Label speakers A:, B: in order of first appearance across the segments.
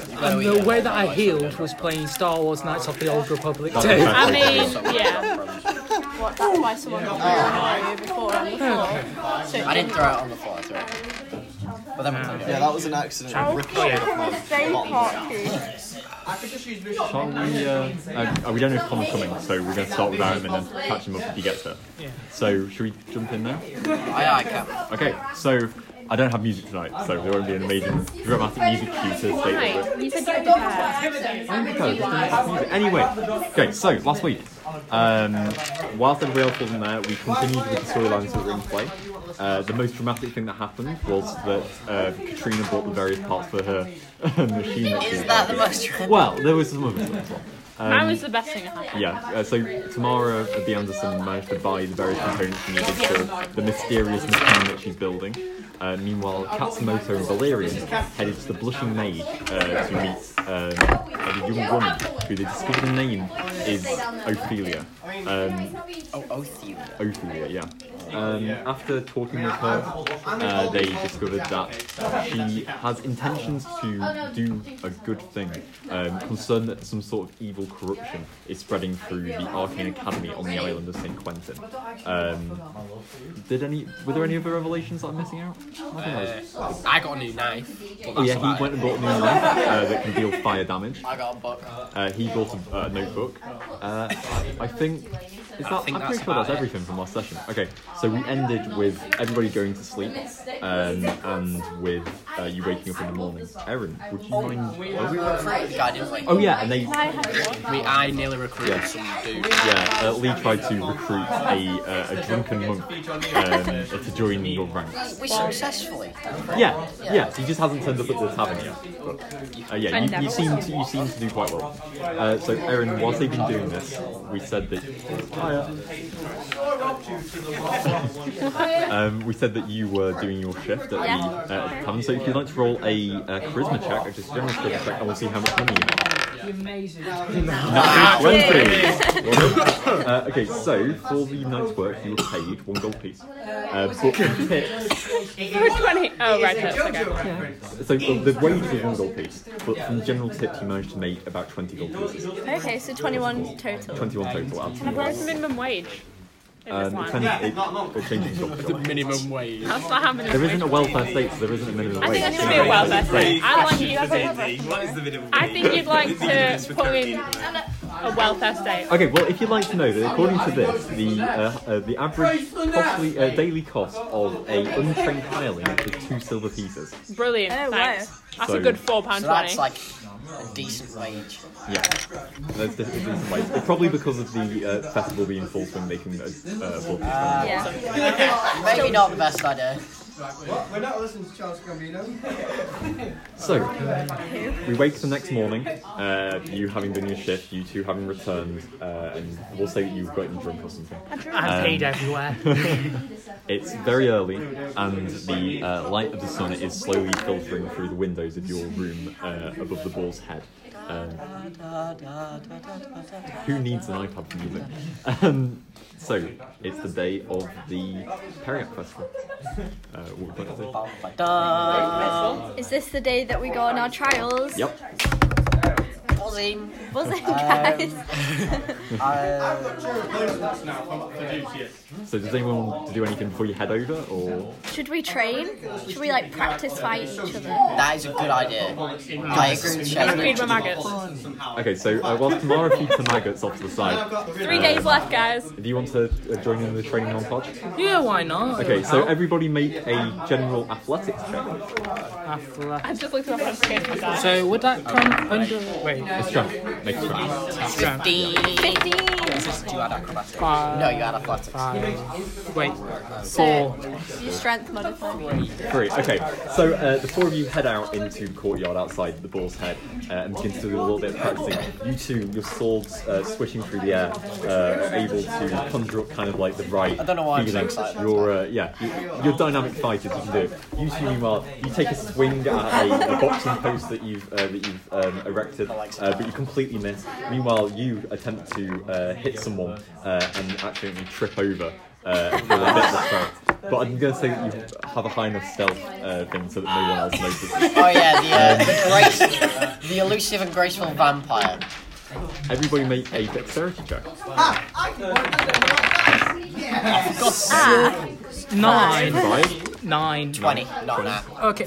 A: And the way that I healed was playing Star Wars Knights of the Old Republic 2.
B: I
A: I
B: mean, yeah. What, that's why someone got really annoyed before on the floor. So
C: I didn't throw it on the floor, I threw it. But then we'll take
D: Yeah,
C: it.
D: that was an accident. Ripped
E: Okay,
D: off my
E: I'm a day
D: bottom.
E: party.
B: Shall
F: Can't we, uh, uh, we don't know if Connor's coming, so we're going to start without him and then catch him up if he gets there. So, should we jump in now?
C: Aye, aye, come.
F: Okay, so I don't have music tonight, so there won't be an amazing dramatic music cue to stay with.
B: Right, you said you were
F: Okay, just gonna have some music. Anyway, okay, so last week, um, whilst everybody else wasn't there, we continued with the storylines that were in play. Uh, the most dramatic thing that happened was that uh, Katrina bought the various parts for her machine. that she
C: Is
F: was
C: that the
F: making.
C: most random?
F: Well, there was some of it as well.
B: Mine was Um, the best thing that happened.
F: Yeah, uh, so Tamara of the Anderson managed to buy the various components she needed for the mysterious machine that she's building. Uh, meanwhile, Katsumoto and Valerian headed to the Blushing Maid uh, to meet um, a young woman who they discovered the name is Ophelia. Um,
C: Oh, oh, Thelia.
F: Ophelia, yeah. Um, after talking with her, uh, they discovered that she has intentions to do a good thing, um, concerned that some sort of evil corruption is spreading through the Arcane Academy on the island of St. Quentin. Um, did any? Were there any other revelations that I'm missing out? I think that was-
C: Uh, I got a new knife. but
F: oh
C: that's
F: yeah,
C: about
F: he
C: it.
F: went and bought a new knife uh, that can deal fire damage.
C: I got a book.
F: Uh, he bought a uh, notebook. Uh, I think. Is that, I
C: think
F: am
C: that's
F: pretty sure that's
C: about it.
F: everything from last session. Okay, so we ended with everybody going to sleep um, and with uh, you waking up in the morning. Erin, would you mind?
C: We
F: Oh,
C: recruited the guy, didn't we?
F: oh, yeah, and they.
B: I had
C: We, I nearly recruited
F: Yeah.
C: some dude.
F: Yeah, uh, Lee tried to recruit a, uh, a drunken monk um, to join your ranks.
C: We successfully.
F: Yeah, yeah, he just hasn't turned up at the tavern yet. Uh, yeah, you, you seem to you seem to do quite well. Uh, so, Erin, whilst they've been doing this, we said that um, we said that you were doing your shift at
B: Yeah.
F: the uh, at the tavern. So, if you'd like to roll a uh, charisma check, or just general charisma check, and we'll see how much money you make. Amazing. uh, okay, so for the night's work, you were paid one gold piece. Uh, but the tips,
B: four twenty. Oh right, that's okay.
F: so the, the wage was one gold piece, but from general tips, you managed to make about twenty gold pieces.
B: Okay, so twenty-one total.
F: 21 total. out of
B: Can I
F: 21.
B: borrow some minimum wage? In this
F: Um, it
B: one.
F: depends- it- it changes job to job.
C: Minimum wage.
B: That's not happening.
F: There isn't a welfare state, so there isn't a minimum
B: I
F: wage.
B: think there should be a welfare state.
F: Right.
B: I like you. I think you'd like to put in a welfare state.
F: Okay, well, if you'd like to know that according to this, the uh, uh, the average costly, uh, daily cost of a untrained hireling is two silver pieces.
B: Brilliant.
E: Oh, wow.
B: Thanks. That's
F: So-
B: a good four pound
C: So
B: twenty.
C: that's like a decent wage.
F: Yeah, that's the decent wage. It's probably because of the uh, festival being full swing, they can uh, uh, afford these kind of-
B: Awesome.
C: Maybe not the best idea.
G: We're not listening to Charles Gambino.
F: So, we wake the next morning, uh, you having done your shift, you two having returned, uh, and we'll say that you've gotten drunk or something. Um,
A: paid everywhere.
F: It's very early, and the uh, light of the sun is slowly filtering through the windows of your room uh, above the boar's head. Um, who needs an iPad for music? Um, so, it's the day of the Periac Festival. Uh, what would you like to
C: Da.
E: Is this the day that we go on our trials?
F: say? Yep.
C: Buzzing.
E: Buzzing,
C: Um,
E: guys.
C: Uh,
F: So, does anyone want to do anything before you head over, or
E: Should we train? Should we like practice fight each other?
C: that is a good idea. I agree with
B: I agreed
C: Shane.
B: with maggots.
F: okay? So, uh, whilst Tamara feeds the maggots off to the side,
B: Three days left, guys.
F: do you want to uh, join in the training montage?
A: Yeah, why not?
F: Okay, so everybody make a general athletics check.
A: Athletics.
B: I just looked up on skin for that.
A: So would that come under? Wait,
F: It's strength. Make strength.
A: strength.
C: Dean.
E: Fifteen.
C: Do you add acrobatics?
A: Five.
C: No, you add athletics.
A: Five. Wait,
E: So,
A: four.
E: your strength modifier.
F: Three. Okay. So uh, the four of you head out into the courtyard outside the Boar's Head uh, and begin to do a little bit of practicing. You two, your swords uh, swishing through the air, uh, are able to conjure up kind of like the right.
C: I don't know why I'm so
F: feeling.
C: excited.
F: Your uh, yeah, your, your dynamic fighters. You can do it. You two, meanwhile, you take a swing at a, a boxing post that you've uh, that you've um, erected, uh, but you completely miss. Meanwhile, you attempt to uh, hit someone uh, and accidentally trip over. Uh, and feel a bit of a threat. But I'm going to say that you have a high enough stealth uh, thing so that no one else notices.
C: Oh yeah,
F: Um,
C: the, uh, the, grace, the elusive and graceful vampire.
F: Everybody make a dexterity check.
E: Ah,
A: Nine.
F: Five.
A: Nine.
C: Twenty, not that.
A: Okay.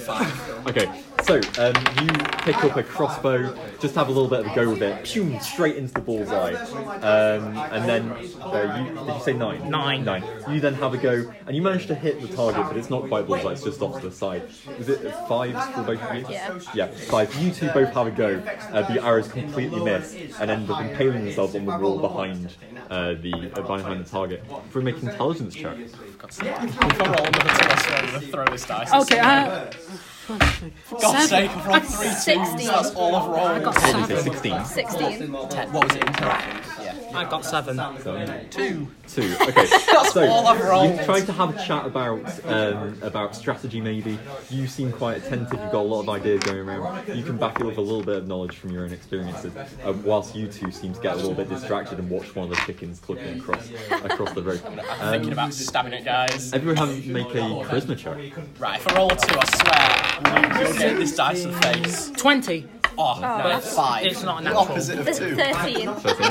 F: Okay, so um, you pick up a crossbow, just have a little bit of a go with it, pew, straight into the bullseye, um, and then uh, you, did you say nine?
A: Nine.
F: Nine. You then have a go, and you manage to hit the target, but it's not quite bullseye. It's just off to the side. Was it fives for both of you?
E: Yeah.
F: Yeah, five. You two both have a go. Uh, the arrows completely miss, and end up impaling themselves on the wall behind uh, the uh, behind the target. For make intelligence check.
C: We've got all another two to throw this dice.
A: Okay.
B: uh,
A: I,
C: God's sake, I've rolled three twos.
E: 16.
C: That's all I've rolled.
F: What did you say? Sixteen.
E: 16.
C: What was it? Yeah.
A: I got seven.
C: Two.
F: Two. Okay. so
C: all I've rolled.
F: you tried to have a chat about um, about strategy. Maybe you seem quite attentive. You've got a lot of ideas going around. You can back it up with a little bit of knowledge from your own experiences. Uh, whilst you two seem to get a little bit distracted and watch one of the chickens clucking across across the road.
C: Thinking
F: Um,
C: about stabbing it, guys.
F: everyone have make a charisma check.
C: Right, if I roll a two, I swear, you'll get this dice in the face.
A: Twenty.
C: Oh, no. Five.
A: It's not a natural.
C: of
E: That's 13.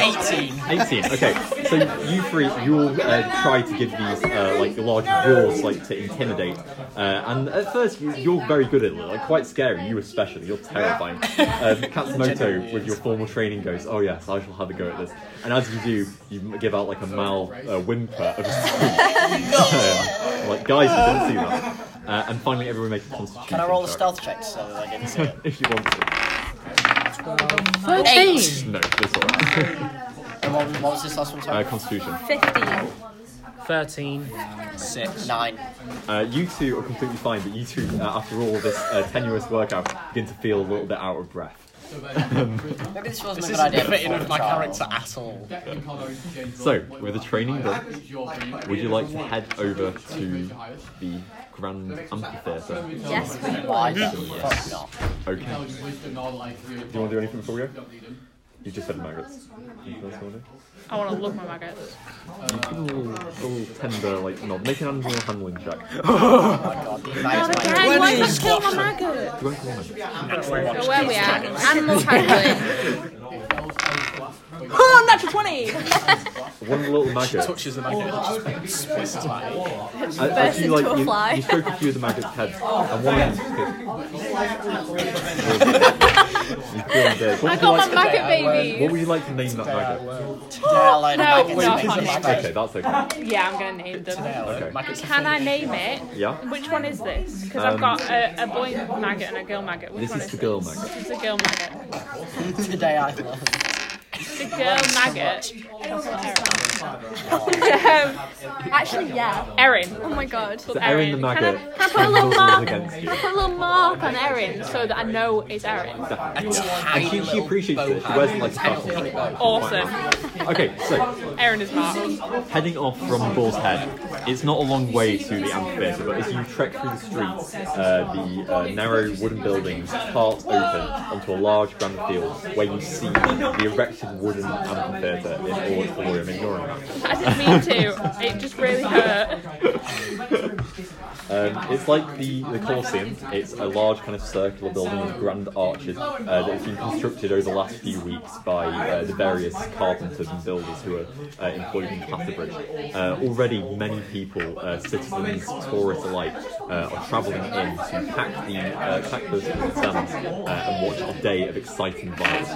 C: Eighteen.
F: 18. Okay, so you three, you'll uh, try to give these uh, like large roars, like to intimidate. Uh, and at first, you, you're very good at it, like quite scary. You especially, you're terrifying. Um, Katsumoto, with your formal training, goes, "Oh yes, I shall have a go at this." And as you do, you give out like a mal uh, whimper of a scream. like guys, you didn't see that. Uh, and finally, everyone makes a constitution.
C: Can I roll a
F: check.
C: stealth check so that I didn't see it?
F: if you want to.
A: Thirteen.
F: No, that's alright.
C: And what, what was this last one?
F: Uh,
C: Sorry?
F: constitution.
E: 15.
A: Thirteen.
C: Six. Nine.
F: Uh, you two are completely fine, but you two, uh, after all this uh, tenuous workout, begin to feel a little bit out of breath.
C: Maybe this wasn't a good idea. Fit in with my character at all.
F: So, with the training done, would you like to head over to the Grand Amphitheatre?
E: Yes, we
C: Why
E: would.
C: the fuck not?
F: Okay. Do you want to do anything before we go? You just said maggots. Anything else you want to do?
B: I want to look my maggots.
F: You give a little, little tender, like, nod. Make an animal handling check.
B: Guys, why not kill my maggot?
F: You won't roll it.
B: So where we at? Animal handling. oh, natural 20!
F: One little maggot.
C: Touches the magnet.
F: I, I
E: Burst
F: do like
E: into a
F: you,
E: fly.
F: you stroke a few of the maggot's heads, and one of them You feel undead. What would you
B: I
F: like
B: got my
F: to-
B: maggot baby!
F: What would you like to name that maggot?
C: Dare like
B: No,
C: maggots
B: no,
C: make
B: I'm
C: the
B: not.
F: Okay, that's okay.
B: Yeah, I'm gonna name them.
F: Okay.
B: Can I name it?
F: Yeah.
B: Which one is this? Because I've got a, a boy maggot and a girl maggot. Which
F: This
B: one
F: is
B: is
F: the girl
B: this?
F: maggot.
B: This is the girl maggot.
C: maggots. Today I love.
B: The girl maggot. um,
E: Actually, yeah.
B: Erin.
E: Oh my god.
F: So Erin the maggot
B: Erin. Can I, can I put a little
F: nuzzles
B: mark?
F: against you.
B: Can I put a little mark on Erin so that I know it's Erin?
F: And she, she appreciates it. She wears it like a fashion show.
B: Awesome.
F: Okay, so
B: Erin is marked.
F: heading off from Bull's Head, it's not a long way to the amphitheatre, but as you trek through the streets, uh, the uh, narrow wooden buildings part open onto a large grand field where you see the erected wooden amphitheatre in auditorium ignoring that.
B: I didn't mean to. It just really hurt.
F: Um, it's like the, the Colosseum. It's a large kind of circular building with grand arches uh, that has been constructed over the last few weeks by uh, the various carpenters and builders who are uh, employed in Cathabridge. Uh, already, many people, uh, citizens, tourists alike, uh, are travelling in to pack the uh, pack those stands uh, and watch a day of exciting violence.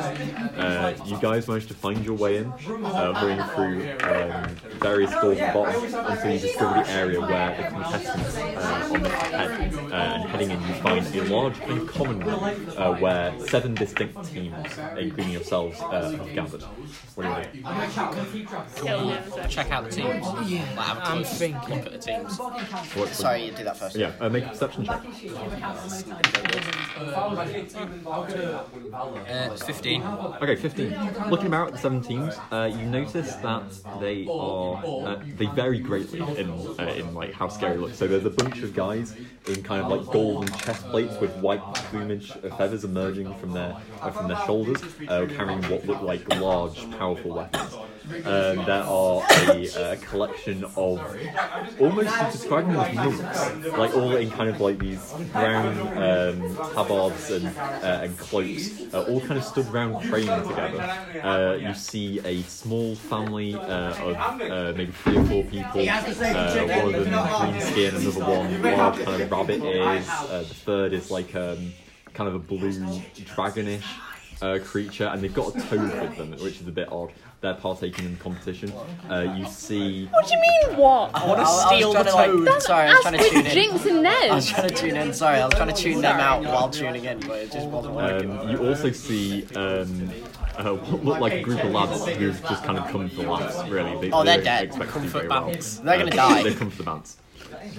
F: Uh, you guys managed to find your way in, uh, hurrying through um, various doors and boxes until you discover the area where the contestants uh, on the head. Uh, and heading in, you find a large kind of common room uh, where seven distinct teams, including yourselves, uh, have gathered. What do you think?
C: Check out the teams. Yeah.
A: I'm thinking.
C: Look at the teams.
F: What-
C: Sorry, you do that first.
F: Yeah, uh, make a perception check.
C: Uh, 15.
F: Okay, 15. Looking about at the seven teams, uh, you notice that they are uh, they vary greatly in uh, in like how scary they look. So there's a bunch of guys in kind of like golden chest plates with white plumage uh, feathers emerging from their uh, from their shoulders, uh, carrying what look like large, powerful weapons. um, there are a uh, collection of almost describing them as monks, like all in kind of like these brown um, tabards and, uh, and cloaks, uh, all kind of stood round praying together. Uh, you see a small family uh, of uh, maybe three or four people. Uh, one of them green skin, another one wild kind of rabbit ears. Uh, the third is like um, kind of a blue dragonish uh, creature, and they've got a toad with them, which is a bit odd. They're partaking in the competition. Uh, you see
B: What do you mean, what?
C: I want to steal the toad. sorry, I was
B: As
C: trying to tune
B: with
C: in.
B: Jinx and
C: I was
B: Nez.
C: trying to tune in. Sorry, I was trying to tune them out while tuning in, but it just wasn't working.
F: Um, you also see um, uh, what look like a group of lads who've just kind of come for laughs, really. They,
C: Oh, they're
F: don't
C: dead.
F: expect to
C: Come
F: do
C: for
F: very well.
C: bounce. They're gonna
F: Uh,
C: die.
F: They're come for the bounce.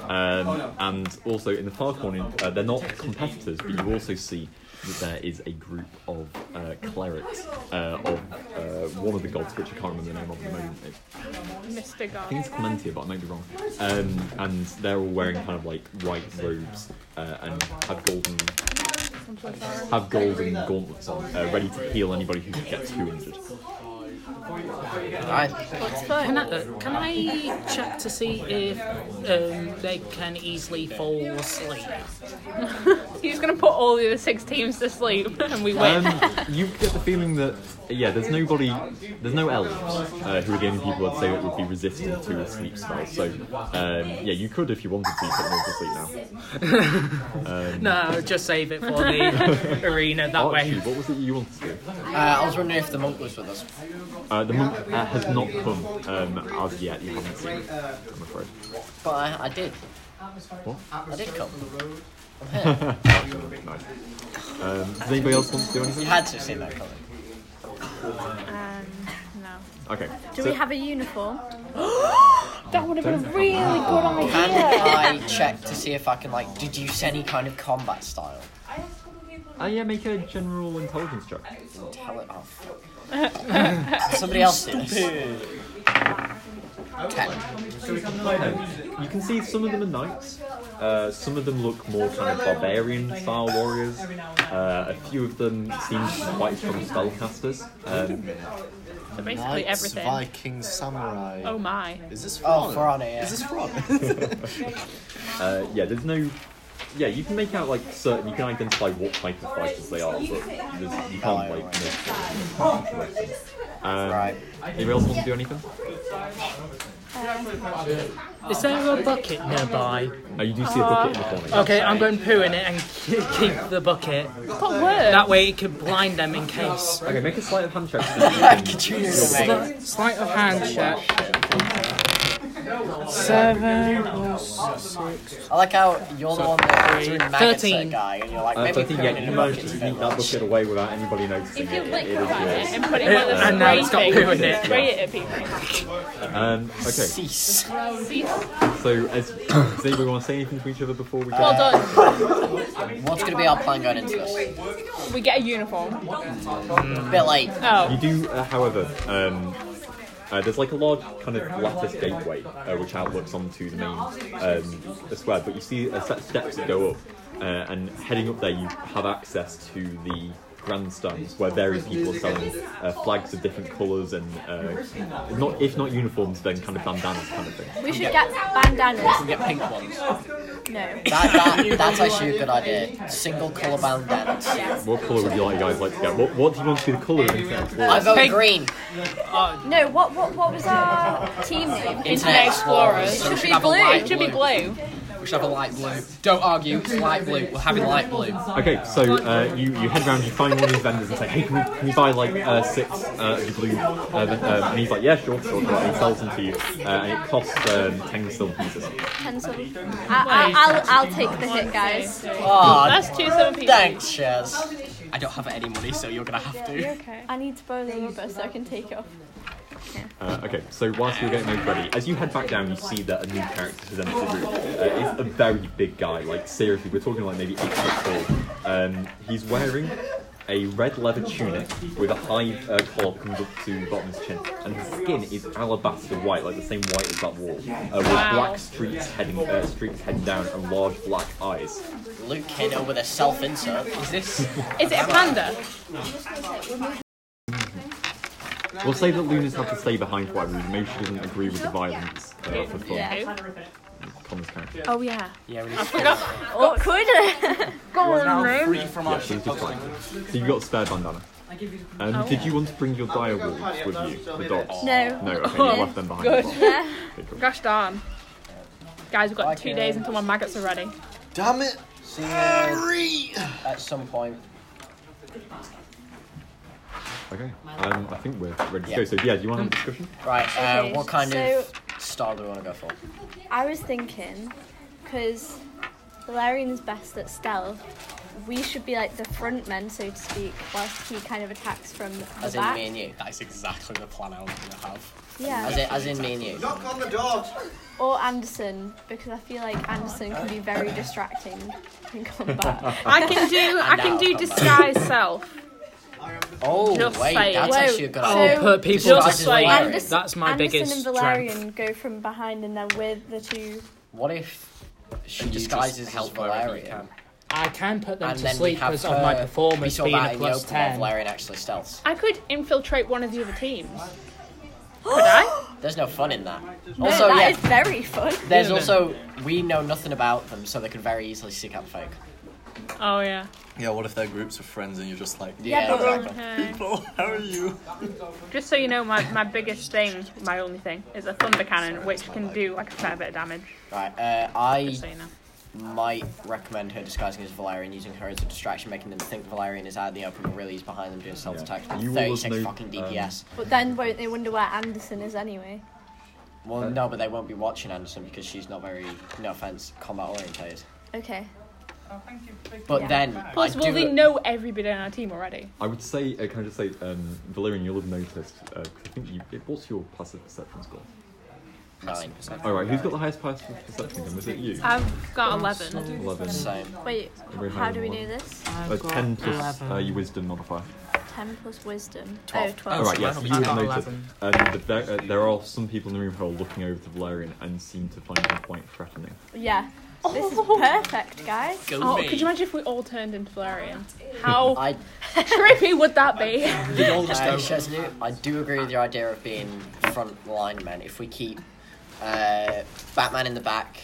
F: Um, and also in the far corner, uh, they're not competitors, but you also see that there is a group of uh, clerics uh, of uh, one of the gods, which I can't remember the name of at the moment. It-
B: Mr.
F: I think
B: God.
F: it's Clementia, but I might be wrong. Um, and they're all wearing kind of like white robes uh, and have golden have golden gauntlets on, uh, ready to heal anybody who gets 200.
C: Right.
E: What's fun?
A: Can I, uh, can I check to see if um, they can easily fall asleep?
B: He's gonna put all the other six teams to sleep, and we win.
F: Um, you get the feeling that yeah, there's nobody, there's no elves uh, who are the only people I'd say that would be resistant to a sleep spell. So um, yeah, you could if you wanted to put them all to sleep now. Um,
A: No, just save it for the arena. That
F: Archie,
A: way,
F: oh, what was it you wanted to do?
C: Uh, I was wondering if the monk was with us.
F: Uh, the monk uh, has not come um, as yet. You haven't seen, it,
G: Uh,
F: I'm afraid.
C: But I, I did.
G: I
C: did come.
F: Nice. Um, does anybody else want to do
C: You
F: anything?
C: had to have seen that coming.
B: Um, no.
F: Okay.
E: Do
F: so-
E: we have a uniform?
B: That would have been a really good idea.
C: And I checked to see if I can, like, deduce any kind of combat style.
F: uh, yeah, make a general intelligence check.
C: Tell it off. Somebody else did this. Ten.
F: You can see some of them are knights. Uh, some of them look more kind of barbarian style warriors. Uh, a few of them seem to be quite strong spellcasters. Um,
B: So basically
D: Knights,
B: everything.
D: Vikings, samurai.
B: Oh my.
D: Is this
C: Oh,
D: fraud?
C: for honor, yeah.
D: Is this fraud?
F: uh, yeah, there's no. Yeah, you can make out like certain. You can identify what type of fighters they are, but there's- you can't like. Make um,
C: Right.
F: Anybody else want to do anything?
A: is there a bucket nearby?
F: Oh, you do see a bucket in the corner. yeah.
A: Okay, I'm going to poo in it and keep the bucket.
B: But words.
A: That way, it could blind them in case.
F: Okay, make a sleight of hand check.
C: Could you do it, mate?
A: Sleight of hand check. Seven.
C: I like how you're the one that's doing maggots at a
A: Thirteen.
C: guy, and you're like,
F: Uh,
C: maybe
F: so I
C: put
F: think
C: it
F: yeah,
C: in
F: you
C: a
F: managed to
C: bucket.
F: sneak that bucket away without anybody noticing.
B: If you
F: it, it is
B: liquefy
F: yours.
B: it and put it in one of
A: And now
B: those
A: it's
B: spray
A: got poo in
B: things and
A: it.
B: spray it at people.
F: Um, okay,
C: Cease.
B: See?
F: so as, does anybody want to say anything to each other before we go?
B: Well done.
C: What's going to be our plan going into this?
B: We get a uniform.
C: A bit late.
F: You
B: Oh.
F: do, uh, however, um, uh, there's like a large kind of lattice gateway uh, which outlooks onto the main um, the square, but you see a set of steps that go up, uh, and heading up there, you have access to the grandstands where various people are selling uh, flags of different colours and uh, not if not uniforms, then kind of bandanas kind of thing.
E: We should get bandanas.
C: Get pink ones.
E: No.
C: That, that, that's actually a good idea. Single colour bandanas.
F: What colour would you like, guys, like to get? What, what do you want to be the colour of internet?
C: I vote
A: Pink.
C: green.
E: No, what what what was our team name?
B: Internet explorers.
C: So we
E: Should be
C: have a
E: blue.
C: light
E: It
B: Should be blue.
C: We should have a light blue. Don't uh, argue. It's light blue. We're having light blue.
F: Okay, so uh, you, you head around, you find one of these vendors and say, hey, can we, can we buy like uh, six uh, of your blue? Uh, ven- uh, and he's like, yeah, sure, sure, sure. And he sells them to you, uh, and it costs um, 10 silver pieces.
E: Pencil. I, I, I'll I'll take the hit, guys.
C: Oh,
B: That's two seven people.
C: thanks, Chaz. I don't have any money, so you're going to have
B: You
C: to.
B: okay?
E: I need to borrow the rubber so I can take it off.
F: Uh, okay, so whilst you're getting those ready, as you head back down, you see that a new character has entered the room. Uh, it's a very big guy, like seriously, we're talking like maybe eight foot tall. Um, he's wearing a red leather tunic with a high uh, collar comes up to the bottom of his chin, and his skin is alabaster white, like the same white as that wall, uh, with
B: Wow.
F: black streaks heading uh, streaks heading down and large black eyes.
C: Luke Kiddo with a self insert. Is this.
B: Is it a panda?
F: We'll say that Luna's had to stay behind for whatever reason. Maybe she doesn't agree with the violence uh, for fun.
E: Yeah.
F: Connor's character.
E: Oh yeah.
C: Yeah, we just yeah,
E: Awkward.
B: Go
D: We're
B: on,
D: now
B: then.
D: free from
F: Yeah,
D: our
F: she's
D: shit
F: just fine. So you got a spare bandana. Um, Did you want to bring your dire wolves with you, the dogs?
E: No.
F: No, okay,
B: Oh,
F: you left them behind.
B: good.
E: Yeah.
F: Okay, cool.
B: Gosh darn. Guys, we've got two
C: Okay.
B: days until my maggots are ready.
D: Damn it!
C: See you at some point.
F: Okay, um, I think we're ready to go. So yeah, do you want to have a discussion?
C: Right, uh,
E: Okay,
C: what kind
E: so-
C: of style do we want to go for?
E: I was thinking, because Valerian's best at stealth, we should be like the front men, so to speak, whilst he kind of attacks from the
C: As in
E: back.
C: me and you.
H: That's exactly the plan I was going to have.
E: Yeah.
C: As in, as in me and you.
G: Knock on the door.
E: Or Anderson, because I feel like Anderson can be very distracting in combat.
B: I can do I can
C: now
B: do
C: come back.
B: disguise self.
C: Oh,
B: Just
C: wait,
B: saying.
C: that's
E: Whoa,
C: actually a good
E: so-
C: idea.
E: Oh,
A: per people
C: Just
A: just
C: like-
A: like
E: Anderson,
A: that's my
E: Anderson
A: biggest
E: and
A: strength.
E: Valerian go from behind and then with the two.
C: What if she
H: And you just
C: disguises as
H: help wherever you
C: Valerian?
H: can.
A: I can put them
C: And
A: to
C: then we
A: sleep
C: have
A: because of my
C: her- we
A: performance
C: saw
A: being
C: that in
A: a
C: the
A: plus
C: open while
A: ten.
C: Valerian actually stealths.
B: I could infiltrate one of the other teams. Could I?
C: There's no fun in that.
E: No,
C: Also,
E: that
C: Oh, yeah,
E: is very fun.
C: there's
A: Yeah, no.
C: also we know nothing about them, so they could very easily seek out folk.
B: Oh yeah.
H: Yeah, what if they're groups of friends and you're just like,
E: Yeah, but we're-
C: exactly.
B: Okay.
H: people, how are you?
B: Just so you know, my, my biggest thing, my only thing, is a thunder cannon, which can do like a fair bit of damage.
C: Right, uh,
B: Just so
C: I
B: you know.
C: might recommend her disguising as Valerian, using her as a distraction, making them think Valerian is out in the open, but really he's behind them doing self attacks
F: Yeah.
C: with
F: You will
C: 36
F: know,
C: fucking
F: um,
C: DPS.
E: But then won't they wonder where Anderson is anyway?
F: uh,
C: well, no, but they won't be watching Anderson because she's not very, no offense, combat orientated.
E: Okay.
C: But
E: Yeah.
C: then,
B: Plus,
C: I
B: will
C: do,
B: they know everybody on our team already?
F: I would say, uh, can I just say, um, Valerian, you'll have noticed. Uh, 'cause I think you. It, what's your passive perception score?
C: Nine.
F: All right, who's got the highest passive perception? Then? Was it you?
B: I've got eleven.
F: Eleven.
C: Same.
E: Wait,
F: Every
E: how
F: hand
E: do we
F: one.
E: do this?
F: Uh, Ten plus uh, your wisdom modifier.
E: 10 plus wisdom.
C: Twelve.
E: Oh, 12.
F: All right, yes,
H: mine
F: you
H: will
F: would
H: be
F: have
A: about
F: noticed.
A: 11.
F: Um, that there, uh, there are some people in the room who are looking over to Valerian and seem to find him quite threatening.
E: Yeah. This is perfect, guys.
H: Go
B: Oh,
H: me.
B: could you imagine if we all turned into Florian? How
C: I,
B: trippy would that be?
H: You'd all just
C: uh,
H: go,
C: Chesnu, I do agree with your idea of being front line man. If we keep uh, Batman in the back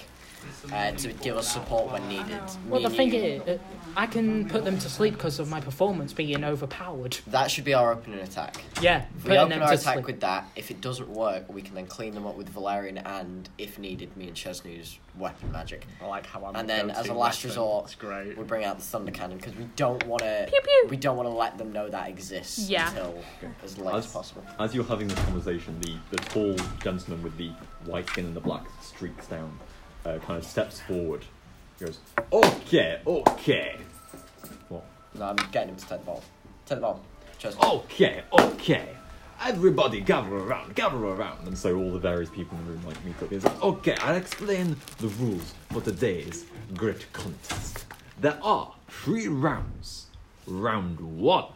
C: uh, to give us support when needed.
A: Well,
C: me
A: the
C: and
A: thing
C: you-
A: is, uh, I can put them to sleep because of my performance being overpowered.
C: that should be our opening attack.
A: Yeah,
C: If we
A: putting
C: open
A: them
C: our
A: to
C: attack
A: sleep.
C: with that. If it doesn't work, we can then clean them up with Valerian and, if needed, me and Chesnu's weapon magic.
H: I like how I'm
C: And then,
H: go-to
C: as a last
H: weapon.
C: resort,
H: it's great.
C: We bring out the thunder cannon because we don't want to.
B: Pew, pew.
C: We don't want to let them know that exists
B: Yeah.
C: until as late as possible.
F: As you're having this conversation, the, the tall gentleman with the white skin and the black streaks down, uh, kind of steps forward. He goes, "Okay, okay, what?
C: No, I'm getting him to take the ball. Take the ball. Chesnu.
F: Okay, okay. Everybody gather around, gather around." And so all the various people in the room like meet up. He's like, "Okay, I'll explain the rules for today's great contest. There are three rounds. Round one,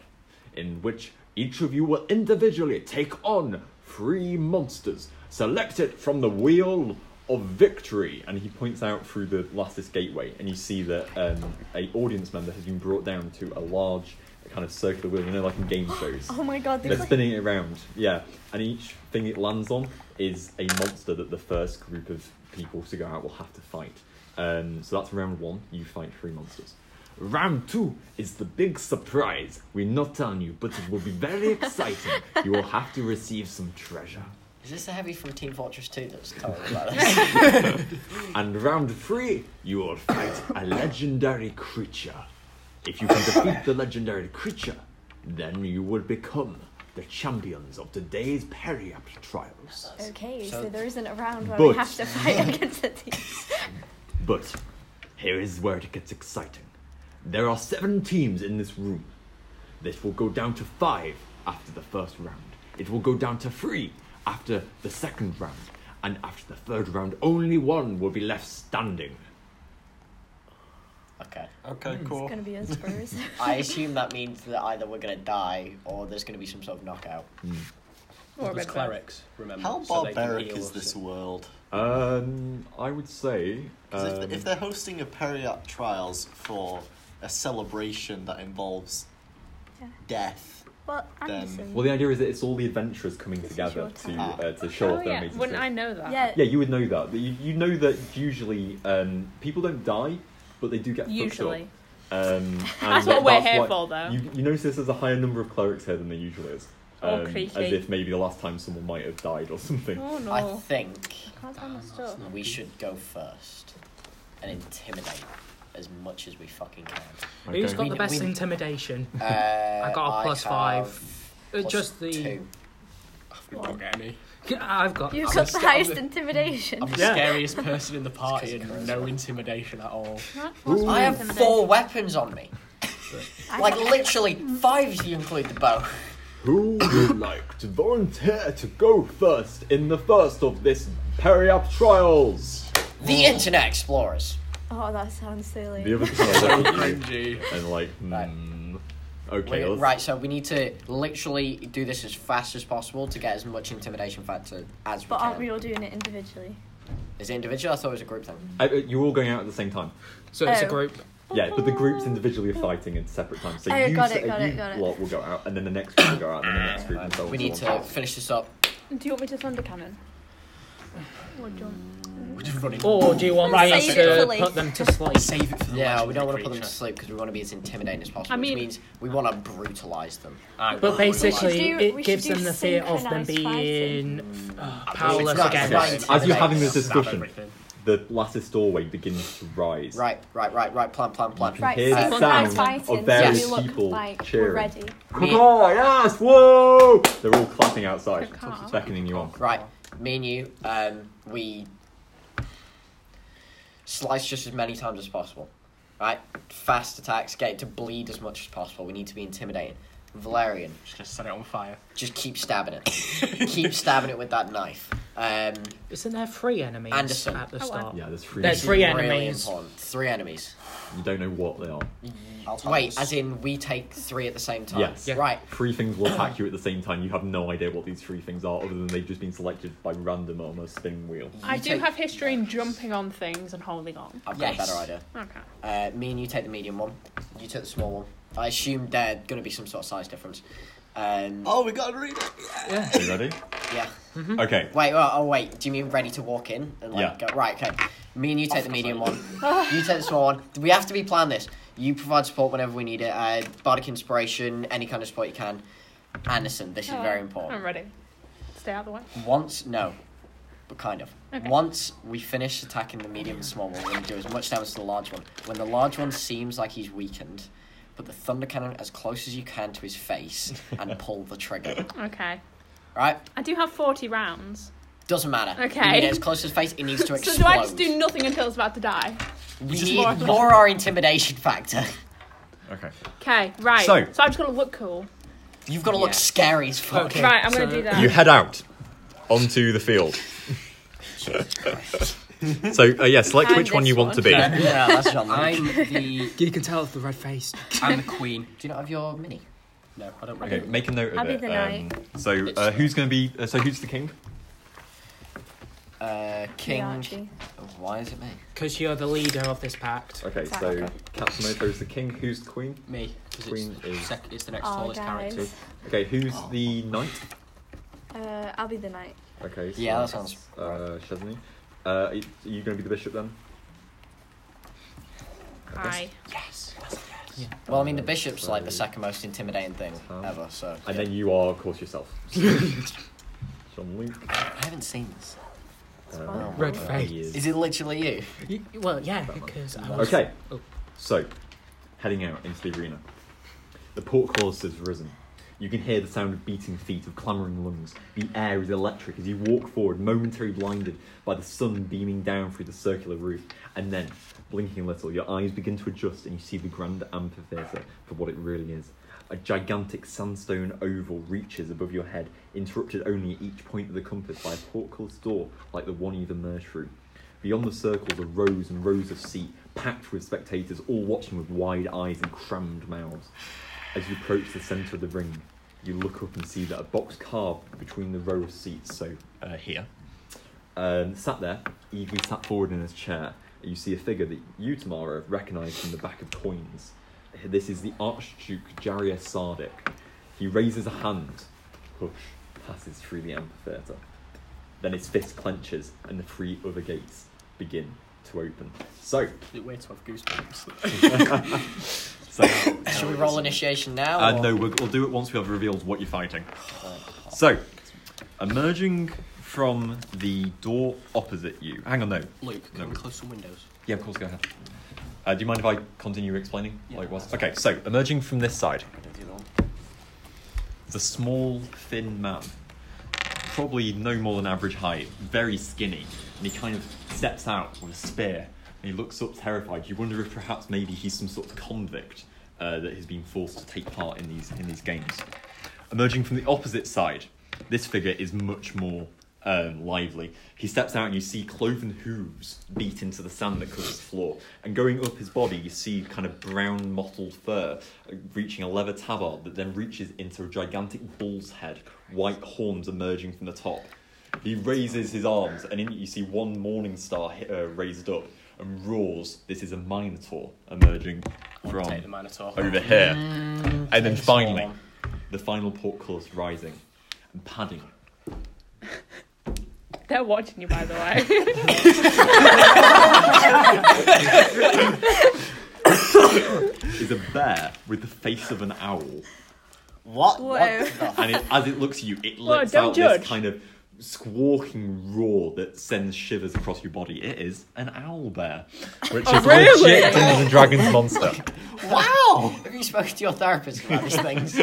F: in which each of you will individually take on three monsters selected from the wheel of victory. And he points out through the lastest gateway, and you see that um, a audience member has been brought down to a large kind of circular wheel, you know, like in game shows.
E: Oh my god,
F: They're
E: this is
F: spinning it around, yeah. And each thing it lands on is a monster that the first group of people to go out will have to fight. Um, so that's round one. You fight three monsters. Round two is the big surprise. We're not telling you, but it will be very exciting. you will have to receive some treasure.
C: Is this the heavy from Team Fortress 2 that's telling us about this?
F: And round three, you will fight a legendary creature. If you can defeat the legendary creature, then you will become the champions of today's Periapt trials.
E: okay,
C: So-
E: so, there isn't a round where we
F: But-
E: have to fight against the team.
F: But here is where it gets exciting. There are seven teams in this room. This will go down to five after the first round. It will go down to three after the second round. And after the third round, only one will be left standing.
C: okay.
H: Okay,
E: It's
H: cool.
E: gonna be us Spurs.
C: I assume that means that either we're gonna die or there's gonna be some sort of knockout.
B: Or a bit of both.
D: Clerics, remember.
H: How
D: so they can
H: barbaric
D: heal
H: is
D: us.
H: this world?
F: Um, I would say.
H: 'Cause if, if they're hosting a periapt trials for a celebration that involves
E: Yeah.
H: death,
E: Well,
H: Then-
E: Anderson.
F: Well, the idea is that it's all the adventurers coming
E: This is
F: together
E: your
F: to
E: turn.
F: uh, to show
B: Oh
F: off their
B: yeah,
F: amazing
B: wouldn't I
F: skills.
B: know that?
E: Yeah.
F: Yeah, you would know that. You, you know that usually um, people don't die, but they do get
B: Usually.
F: fucked up. Um, and
B: That's what we're here
F: why-
B: for, though.
F: You, you notice there's a higher number of clerics here than there usually is. Um,
B: Oh, creepy.
F: as if maybe the last time someone might have died or something.
B: Oh no.
C: I think
E: Can't find my stuff.
C: we should go first and intimidate as much as we fucking can.
A: Who's
F: Okay.
A: got the
C: We-
A: best
C: we-
A: intimidation?
C: Uh,
A: I got a plus five.
C: have
A: Uh,
C: plus
A: just the.
C: two.
D: We won't get any.
A: I've got.
E: You've
D: I'm
E: got
D: a
E: the
D: st-
E: highest
D: I'm a-
E: intimidation.
D: I'm the
F: Yeah.
D: scariest person in the party
C: It's 'cause
D: and
C: of
D: no
C: charisma.
D: intimidation at all.
C: I have four weapons on me. like literally five if you include the bow.
F: Who would like to volunteer to go first in the first of this Periap trials?
C: The internet explorers.
E: Oh, that sounds silly.
F: The other kind of look at you
D: Cringy.
F: and like,
C: Right.
F: hmm,
C: We-
F: okay, let's-
C: right, so we need to literally do this as fast as possible to get as much intimidation factor as we
E: But
C: can.
E: aren't we all doing it individually?
C: Is it individual? I thought it was a group thing.
F: I- uh, you're all going out at the same time.
A: So it's a
E: Oh.
A: group.
F: Yeah, but the groups individually are fighting at separate times. So
E: Oh,
F: you,
E: got
F: s- uh,
E: it, got
F: you
E: it, got it.
F: lot will go out, and then the next group will go out, and then the next group, and so on.
C: We
F: so
C: need
F: on.
C: to finish this up.
I: Do you want me to thunder cannon?
E: What do you want?
D: We're just running.
A: Or do you want
E: Right,
A: me
E: save
A: to
E: it for
A: put them to sleep?
D: Save it for the
C: Yeah, we
D: legendary
C: don't want to put them to
D: creature.
C: sleep because we want to be as intimidating as possible,
B: I mean-
C: which means we want to brutalize them.
D: I
A: But
D: will.
A: basically,
E: should do- we
A: it
E: should
A: gives
E: do
A: them the fear of them
E: synchronised
A: being uh, powerless
C: Right,
A: against.
C: right.
F: As you're having this
D: Stab
F: discussion,
D: everything.
F: the lattice doorway begins to rise.
C: Right, right, right, right. Plan, plan, plan.
E: Right,
F: Hear
E: so
F: the
E: we're
F: sound
E: fighting,
F: of various
E: so we look
F: people
E: like
F: cheering.
E: we're ready.
F: Come on, yes, whoa! They're all clapping outside,
I: Can't.
F: beckoning you on.
C: Right, me and you, um, we slice just as many times as possible. Right, fast attacks, get it to bleed as much as possible. We need to be intimidating. Valerian,
D: Just gonna set it on fire.
C: just keep stabbing it. keep stabbing it with that knife.
A: Uh,
C: Um,
A: Isn't there three enemies
C: Anderson.
A: at the
I: Oh, wow.
A: start?
F: Yeah, there's three.
A: There's
C: this is
A: three
C: really
A: enemies.
C: important. Three enemies.
F: You don't know what they are.
C: Wait, as in we take three at the same time.
F: Yes. Yeah.
C: Right.
F: Three things will attack you at the same time. You have no idea what these three things are, other than they've just been selected by random on a spin wheel.
I: I
C: you
I: do
C: take-
I: have history in jumping on things and holding on.
C: I've
D: Yes.
C: got a better idea.
I: Okay.
C: Uh, me and you take the medium one. You took the small one. I assume there's going to be some sort of size difference. Um,
H: Oh, we gotta read it.
A: Yeah.
F: Are you ready?
C: Yeah.
F: Okay.
C: Wait. Oh, oh, wait. Do you mean ready to walk in? And like,
F: Yeah.
C: Go, right. Okay. Me and you take the medium one.
I: Ah.
C: you take the small one. We have to be planned. This. You provide support whenever we need it. Uh, bardic inspiration, any kind of support you can. Anderson, this is very important.
I: Oh, I'm ready. Stay out of the way.
C: Once, no, but kind of.
I: Okay.
C: Once we finish attacking the medium and small one, we're going to do as much damage to the large one. When the large one seems like he's weakened, put the thunder cannon as close as you can to his face and pull the trigger.
I: Okay.
C: Right?
I: I do have 40 rounds.
C: Doesn't matter. You
I: Okay.
C: need it as close to his face, it needs to explode.
I: So do I just do nothing until it's about to die?
C: we
I: just
C: need
I: more-
C: more, our intimidation factor.
F: Okay.
I: Okay, right.
F: So-
I: so I've just got to look cool.
C: You've got to look scary as fuck.
A: Okay.
I: Right, I'm
A: so-
I: gonna do that.
F: You head out onto the field. so uh, yeah, select
I: And
F: which one
I: this
F: you want
I: one.
F: to be.
C: Yeah, that's John.
D: I'm
C: Do
D: the
A: You can tell the red face.
D: I'm the queen.
C: you not have your mini?
D: No, I don't.
F: Okay,
D: Really.
F: make a note
E: I'll
F: of
E: be
F: it.
E: the knight.
F: so uh, who's going to be? Uh, so who's the king?
C: Uh, King.
E: Archie.
C: Why is it me?
A: Because you're the leader of this pact.
F: Okay,
E: Sorry.
F: so Katsumoto is the king. Who's the queen?
D: Me, because
F: Queen
D: it's,
F: is-
D: sec- it's the next
E: Oh,
D: tallest
E: guys.
D: character.
F: Okay, who's the knight?
E: Uh, I'll be the knight.
F: Okay. So,
C: Yeah, that sounds.
F: Uh, Chesney. Uh, are you going to be the bishop then?
I: Hi.
C: Well, I mean, the bishop's like the second most intimidating thing Uh-huh.
F: Um,
C: ever, so.
F: And then you are, of course, yourself. John Luke.
C: I haven't seen this.
F: Uh,
A: Red
F: uh,
A: face.
F: he is-
C: Is it literally you?
A: You- well, yeah, because I was.
F: Okay.
A: Oh.
F: So, heading out into the arena. The portcullis has risen. You can hear the sound of beating feet, of clamouring lungs. The air is electric as you walk forward, momentarily blinded by the sun beaming down through the circular roof. And then, blinking a little, your eyes begin to adjust and you see the grand amphitheatre for what it really is. A gigantic sandstone oval reaches above your head, interrupted only at each point of the compass by a portcullis door like the one you've emerged through. Beyond the circles are rows and rows of seats, packed with spectators, all watching with wide eyes and crammed mouths. As you approach the centre of the ring, you look up and see that a box carved between the row of seats, so uh, here, um, sat there, eagerly sat forward in his chair. You see a figure that you, Tamara, recognise from the back of coins. This is the Archduke Jaria Sardic. He raises a hand, push, passes through the amphitheatre. Then his fist clenches, and the three other gates begin to open. So,
D: It way to have goosebumps.
F: so
C: Should we roll initiation now?
F: Uh,
C: or-
D: Oh.
F: no, we'll, we'll do it once we have revealed what you're fighting. So, emerging from the door opposite you. Hang on, no.
D: Luke, can
F: No.
D: we close some windows?
F: Yeah, of course, go ahead. Uh, do you mind if I continue explaining?
D: Yeah.
F: Like what's... Okay, so emerging from this side,
C: I don't do that one.
F: is a small, thin man, probably no more than average height, very skinny, and he kind of steps out with a spear. And he looks up terrified. You wonder if perhaps maybe he's some sort of convict uh, that has been forced to take part in these in these games. Emerging from the opposite side, this figure is much more um, lively. He steps out and you see cloven hooves beat into the sand that covers the floor. And going up his body, you see kind of brown mottled fur uh, reaching a leather tabard that then reaches into a gigantic bull's head, white horns emerging from the top. He raises his arms, and in it you see one morning star hi- uh, raised up and roars, This is a Minotaur emerging from
D: Take the Minotaur.
F: over here. and then
C: Thanks,
F: finally,
C: Norman.
F: the final portcullis rising and padding
I: They're watching you, by the way.
F: is a bear with the face of an owl.
H: What?
E: Whoa.
F: and it, as it looks at you, it
I: Whoa,
F: lets
I: don't
F: out
I: judge.
F: this kind of squawking roar that sends shivers across your body. It is an owl bear, which is
I: Oh, really?
F: legit Dungeons and Dragons monster.
C: Wow! Have you spoken to your therapist about these things?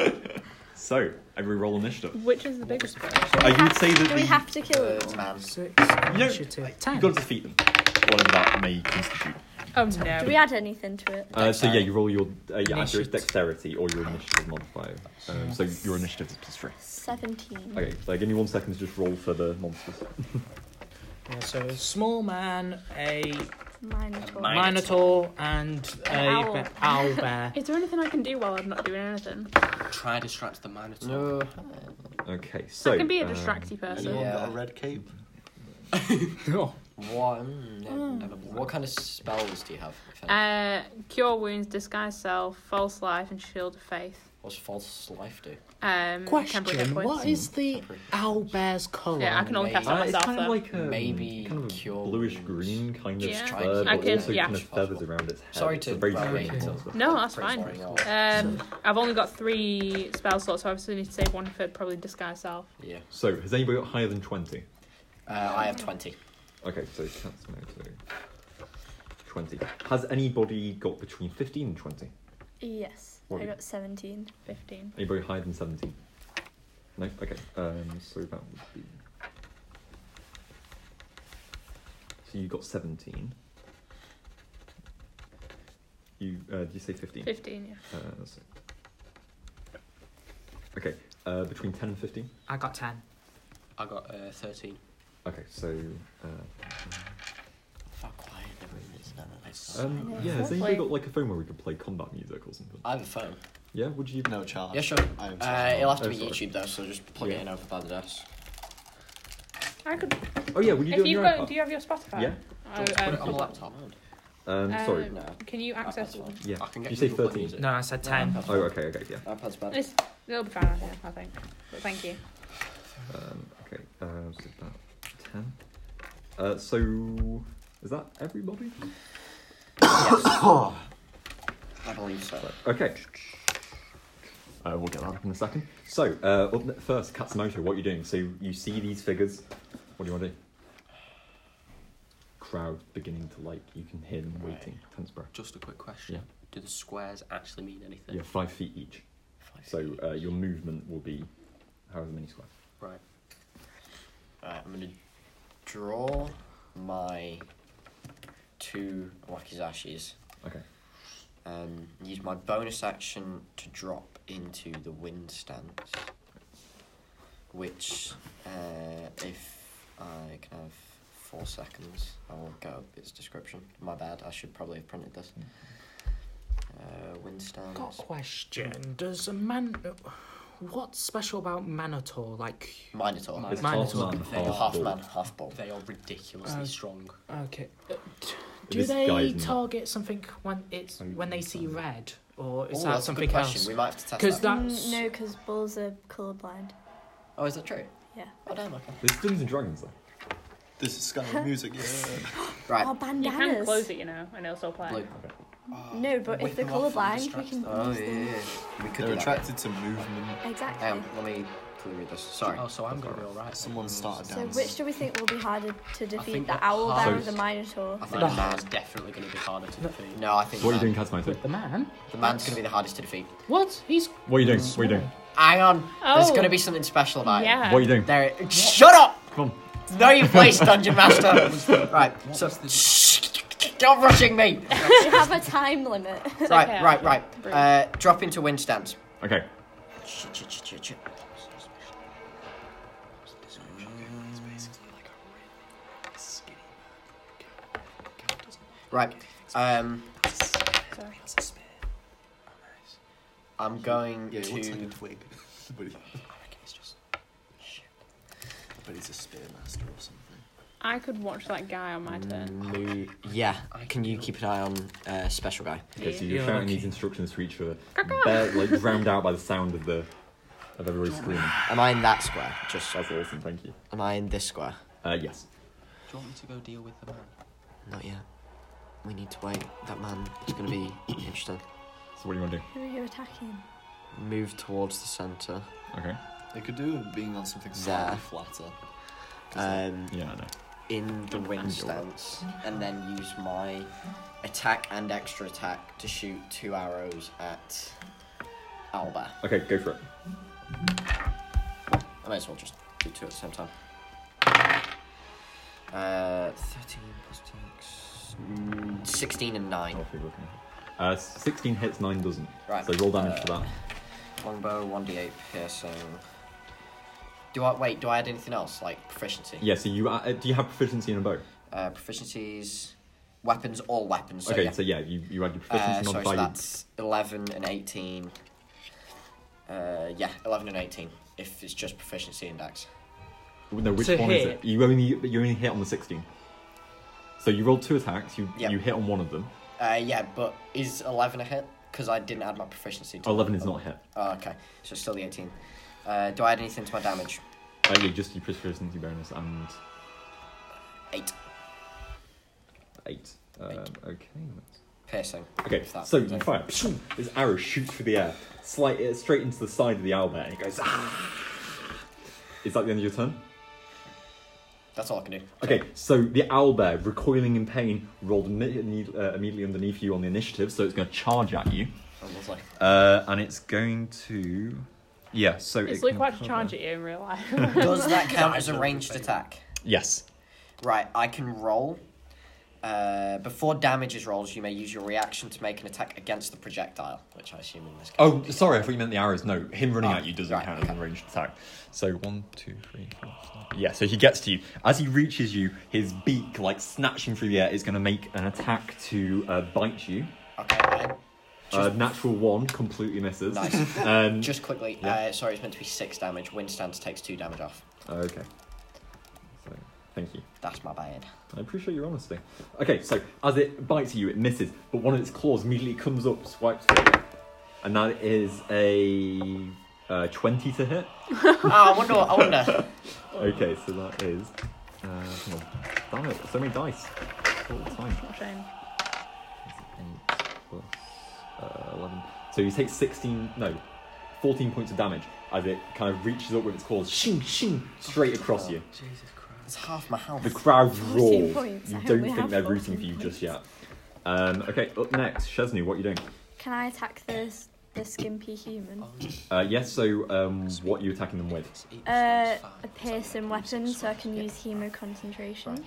F: So, every roll initiative.
I: Which is the biggest one?
F: Uh, you would say that
E: Do we
F: the-
E: have to kill them?
C: Man.
A: Six,
F: you know,
A: initiative, ten.
F: you've got to defeat them, whatever that may constitute.
I: Oh no.
E: Do we add anything to it?
F: Uh, so yeah, you roll your uh, yeah, either it's
A: Initiative.
F: dexterity or your initiative modifier. Um, so your initiative is plus three.
E: 17.
F: Okay, so give me one second to just roll for the monsters.
A: Yeah, so a small man, a
E: Minotaur.
D: Mine-
A: minotaur, and a
E: Owl.
A: owl, owl bear.
I: Is there anything I can do while I'm not doing anything?
D: Try distract the Minotaur.
C: No.
F: Okay, so
I: I can be a
F: um,
I: distracty person.
H: Anyone
C: Yeah.
H: got a red cape?
A: Oh,
C: What, mm, no, never mind. what kind of spells do you have? if any?
I: Uh, cure wounds, disguise self, false life, and shield of faith.
C: What's false life do?
I: Um, temporary hit
A: Question:
I: points.
A: What is the owl bear's colour?
I: Yeah, I can only cast
F: uh,
I: on
F: it's
I: myself
F: kind of
I: though.
F: like a
C: Maybe
F: kind of
C: cure
F: bluish green kind of
I: Yeah.
F: yeah.
I: Just
C: try and
F: fur,
C: keep
F: but
I: I can-
F: also
I: yeah.
F: kind of feathers around its head.
C: Sorry
F: It's
C: to
F: a very
C: throw
F: strange
C: it.
F: monster.
I: No, that's
C: Pretty
I: fine.
C: boring, aren't
I: Um, I've only got three spell slots, so I obviously need to save one for probably disguise self.
C: we? Yeah.
F: So has anybody got higher than twenty?
C: Uh, I have 20.
F: Okay, so Katsumoto. Twenty. Has anybody got between fifteen and twenty?
E: Yes,
F: What
E: I
F: do you-
E: got 17.
I: Fifteen.
F: Anybody higher than 17? No? Okay. Um, so that would be. So you got 17. You uh, Did you say 15?
I: Fifteen. Yeah.
F: Uh, so- Okay. Uh, between 10 and 15?
A: I got ten.
D: I got uh, 13.
F: Okay, so. Uh,
C: Fuck quiet, never mind, it's not that nice.
F: um,
E: know,
F: yeah, has
E: lovely.
F: anybody got like a phone where we could play combat music or something?
D: Uh,
C: I have a phone.
F: Yeah, would you.
H: No charge.
C: Yeah, sure.
H: I am
C: Uh, it'll have to
F: Oh,
C: be
F: sorry.
C: YouTube though, so just plug
F: Yeah.
C: it in over by the desk.
I: I could.
F: Oh, yeah, would you do it
I: if
F: on
I: you've
F: your
I: got,
F: iPad?
I: do you have your Spotify?
F: Yeah.
I: I,
D: Put it
I: um,
D: on the laptop.
C: Oh,
F: Um, sorry.
I: um,
C: No.
I: Can you access
C: That's
I: one?
C: fine.
F: Yeah.
D: I can get
F: you say
D: Google
F: 13?
D: Play Music.
A: No, I said ten.
F: Oh, okay, okay, yeah.
C: iPad's bad.
I: It's, it'll be fine, I think. I think. But thank you.
F: Um, okay, uh, so about 10. Uh, so, is that everybody?
C: I believe so.
F: Okay. Uh, we'll get that up in a second. So, uh, up ne- first, Katsumoto, what are you doing? So, you see these figures. What do you want to do? Crowd beginning to like. You can hear them waiting. Tense breath.
D: Just a quick question.
F: Yeah.
D: Do the squares actually mean anything?
F: Yeah, five feet each.
C: Five.
F: So, uh, your movement will be however many squares.
D: Right.
C: Right, I'm gonna draw my two wakizashis.
F: Okay.
C: Um, use my bonus action to drop into the wind stance, which, uh, if I can have four seconds, I will get up its description. My bad, I should probably have printed this. Uh, wind stance.
A: Got a question. Does a man. What's special about Minotaur? Like.
C: Minotaur.
D: Minotaur.
F: Half
A: Minotaur.
F: man,
C: They're
F: half
C: half
F: bull.
C: man, half bull.
D: They are ridiculously
A: Uh,
D: strong.
A: Okay. Uh, t- Do
F: this guy
A: they
F: is not.
A: target something when it's when they see red, or is
C: Oh, that's
A: that
C: a good
A: something
C: question.
A: else?
C: We might have to test
A: Because
C: that.
A: that's
E: Mm, No, because bulls are colourblind.
C: Oh, is that true?
E: Yeah.
C: Oh, damn, okay.
F: There's Dungeons and Dragons though.
H: This is Sky music. Yeah.
C: Right.
E: Oh,
I: You
E: bandanas.
I: can close it, you know, and it'll still play.
C: Blue.
E: No, but
C: Whip
E: if they're
C: them off and
E: colourblind, we
C: distract
E: can
C: them. Oh,
E: use
C: yeah,
E: them.
C: yeah, yeah. We could
H: They're
C: do that.
H: attracted to movement.
E: Exactly.
C: Um, let me quickly read this. Sorry.
D: Oh, so I'm gonna be alright.
H: Someone start a
E: so
H: dance.
E: which do we think will be harder to defeat,
D: think
E: the
D: that
E: owl bear or
F: hard-
E: the minotaur?
C: I think
D: Like,
C: the
D: man's
C: man's...
D: definitely gonna be harder to defeat.
C: No, I think
F: What are you
C: the
F: doing,
C: man-
F: Kazmite?
A: the man.
C: the man's going to be the hardest to defeat.
A: What? He's
F: What are you doing? What are you doing?
A: Uh,
C: Hang on. There's
I: Oh.
C: going to be something special about it.
I: Yeah.
F: What are you doing?
C: There it... Shut up!
F: Come on.
C: Know your place, Dungeon Master! right, so... Stop rushing me!
E: we have a time limit.
C: right,
I: okay,
C: right, right,
I: breathe.
C: Uh, drop into wind stance.
F: Okay.
C: Ch- ch- ch- ch- ch- Right. Um. I'm going
H: Yeah, it looks like a
C: to.
H: twig. but, he- but he's a spear master or something.
I: I could watch that guy on my
C: Mm,
I: turn.
C: Mo- yeah. Can you keep an eye on uh, special guy?
F: Okay, so you're
B: Yeah,
F: shouting
B: okay.
F: these instructions to each other, bare, like drowned out by the sound of the of everybody screaming.
C: Am I in that square? Just.
F: That's awesome. Thank you.
C: Am I in this square?
F: Uh, yes.
D: Do you want me to go deal with the man?
C: Not yet. We need to wait. That man is going to be interesting.
F: So what do you want to do?
E: Who are you attacking?
C: Move towards the center.
F: Okay.
H: They could do with being on something slightly flatter.
C: Um.
F: Yeah, I know.
C: in the wind stance and then use my attack and extra attack to shoot two arrows at Alba.
F: Okay, go for it.
C: I may as well just do two at the same time. Uh, 13 plus 6, mm, 16 and 9.
F: Hopefully we're gonna- Uh, 16 hits, 9 doesn't.
C: Right. Uh,
F: So roll damage for that.
C: Longbow, 1d8 piercing. Do I, wait, do I add anything else? Like proficiency?
F: Yeah, so you uh, do you have proficiency in a bow?
C: Uh, proficiencies, weapons, all weapons. So
F: okay,
C: yeah.
F: so yeah, you, you add your
C: Uh,
F: proficiency
C: sorry, so
F: modifier.
C: that's 11 and 18. Uh, yeah, 11 and 18, if it's just proficiency index.
F: no, which
A: To
F: one is
A: hit.
F: it? You only you only hit on the 16. So you roll two attacks. You
C: Yeah.
F: you hit on one of them.
C: Uh, yeah, but is 11 a hit? Because I didn't add my proficiency to
F: Oh, 11 is not a hit.
C: Oh, okay, so it's still the 18. Uh, do I add anything to my damage?
F: Uh, yeah, just your proficiency bonus and
C: 8.
F: eight. Um, okay. let's-
C: Piercing.
F: Okay,
C: If that-
F: so you fire. pshoo, This arrow shoots through the air, slight uh, straight into the side of the owlbear, and it goes. Ah! Is that the end of your turn?
C: That's all I can do.
F: Okay, so the owlbear, recoiling in pain, rolled imme- uh, immediately underneath you on the initiative, so it's going to charge at you,
C: Oh, lovely.
F: uh, and it's going to. Yeah, so
I: It's
F: it
I: Luke
F: can
I: about to
F: cover-
I: charge at you in real life.
C: Does that count as a ranged attack?
F: Yes.
C: Right, I can roll. Uh, before damage is rolled, you may use your reaction to make an attack against the projectile, which I assume in this case.
F: Oh, sorry, I thought you meant the arrows. No, him running
C: Ah,
F: at you doesn't
C: right,
F: count as
C: okay.
F: a ranged attack. So one, two, three, four, five. Yeah, so he gets to you. As he reaches you, his beak, like snatching through the air, is going to make an attack to uh, bite you.
C: Okay, I-
F: Uh, natural one completely misses.
C: Nice.
F: Um,
C: Just quickly,
F: Yeah.
C: uh, sorry, it's meant to be six damage. Wind stance takes two damage off.
F: okay. So, thank you.
C: That's my bad.
F: I appreciate your honesty. Okay, so as it bites you, it misses, but one of its claws immediately comes up, swipes through, and that is a uh, twenty to hit.
C: Oh, I wonder. I wonder.
F: Okay, so that is. Uh, hang on. Damn it, so many dice. All the time.
I: Shame.
F: That's Eight plus uh, 11. So you take 16, no, 14 points of damage as it kind of reaches up with its claws, shing, shing, straight across you.
D: Jesus Christ.
C: It's half my health.
F: The crowd
E: 14
F: roars.
E: points,
F: You
E: I
F: don't
E: only
F: think
E: have
F: they're rooting for
E: 14
F: you just yet. Um, okay, up next, Chesney, what are you doing?
E: Can I attack the the skimpy human?
C: Oh,
F: Uh, yes, so um, what are you attacking them with?
E: Uh, a piercing weapon, so I can use hemo concentration.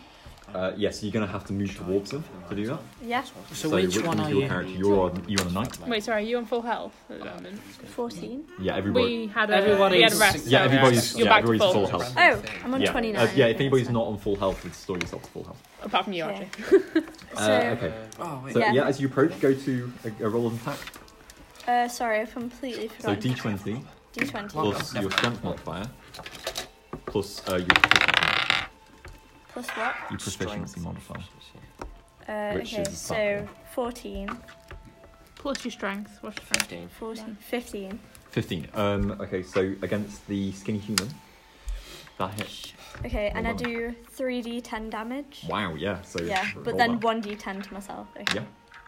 F: Uh, yes, you're going to have to move towards them to do that.
E: Yeah,
A: So, which one
F: is
A: are
F: your
A: you?
F: character? You're you on a knight?
I: Wait, sorry, are you on full health at the moment?
E: fourteen. Oh,
F: Yeah, everybody.
I: We had a, we had a
A: Everybody's-
I: rest.
F: Yeah,
I: so
F: everybody's,
I: You're
F: yeah,
I: back to
F: everybody's
I: full.
F: full health.
E: Oh, I'm on
F: yeah.
E: twenty
F: uh,
E: nine.
F: yeah, if anybody's not on full health, restore yourself to full health.
I: Apart from you,
E: Yeah.
I: actually.
F: Uh,
E: So,
F: okay.
C: Oh wait.
F: So yeah.
E: Yeah.
F: as you approach, go to a, a roll of attack.
E: uh, sorry, I've completely
F: So
E: forgotten.
F: d20
E: D twenty
F: plus your strength modifier plus uh, your proficiency,
E: plus what?
F: your proficiency modifier.
E: Uh, Uh,
F: Which
E: okay,
F: is
E: so 14,
I: Plus your strength. What's your strength?
C: 15.
E: 14, 15.
F: 15. Um, okay, so against the skinny human. That hit.
E: Okay, and I
F: Hold on.
E: do 3d10 damage.
F: Wow, yeah. So
E: Yeah,
F: roll
E: but then
F: that.
E: 1d10 to myself. Okay.
F: Yeah.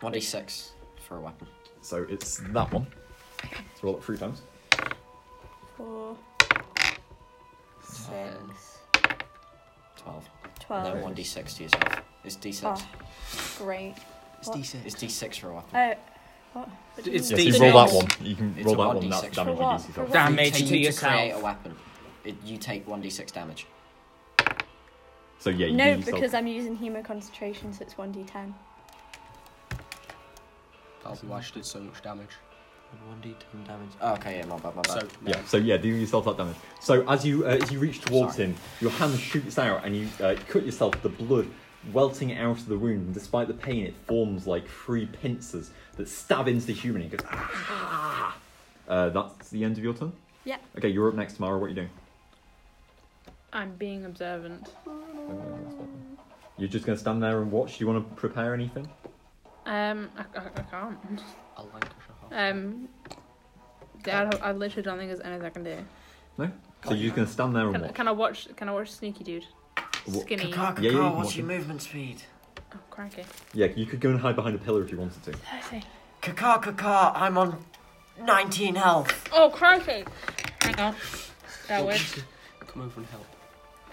C: 1d6 for a weapon.
F: So it's that one. So roll it three times.
E: Four, six,
C: 12. No,
E: 12.
C: 1d6 to yourself. It's d6.
E: Oh, great.
D: It's
E: What?
D: decent.
C: It's d6 for a weapon.
E: Oh, what? What do you
A: It's
E: mean?
F: Yeah, so you
A: D6.
F: roll that one. You can
C: It's
F: roll
C: a
F: that one. That's
C: 1d6.
F: damage
E: For what?
F: reduced yourself.
E: For what?
A: Damage
C: For you
A: to
C: create a
A: yourself.
C: weapon, it, you take 1d6 damage.
F: So yeah, you
E: No,
F: use yourself-
E: because I'm using hemo concentration, so it's 1d10.
D: That's why she did so much damage.
C: 1d10 damage. Oh, okay, yeah, my bad, my bad.
D: So no.
F: Yeah, so yeah, do yourself that damage. So as you uh, as you reach towards
C: Sorry.
F: him, your hand shoots out and you uh, cut yourself. The blood welting out of the wound. And despite the pain, it forms like three pincers that stab into the human. And he goes, ah! Uh, that's the end of your turn.
E: Yeah.
F: Okay, you're up next, Mara. What are you doing?
I: I'm being observant.
F: You're just gonna stand there and watch. Do you want to prepare anything?
I: Um, I, I, I can't.
D: A Lancashire half.
I: Um, I, don't- I literally don't think there's anything I can do.
F: No. So you're just gonna stand there and
I: Can,
F: watch.
I: can I watch? Can I watch Sneaky Dude?
F: What-
I: Skinny.
F: Yeah, yeah, you can watch
C: what's your
F: him.
C: movement speed?
I: Oh, cranky.
F: Yeah, you could go and hide behind a pillar if you wanted to.
C: Kaka, kaka, I'm on 19 health.
I: Oh, cranky. Hang on. That was.
D: Come over and help.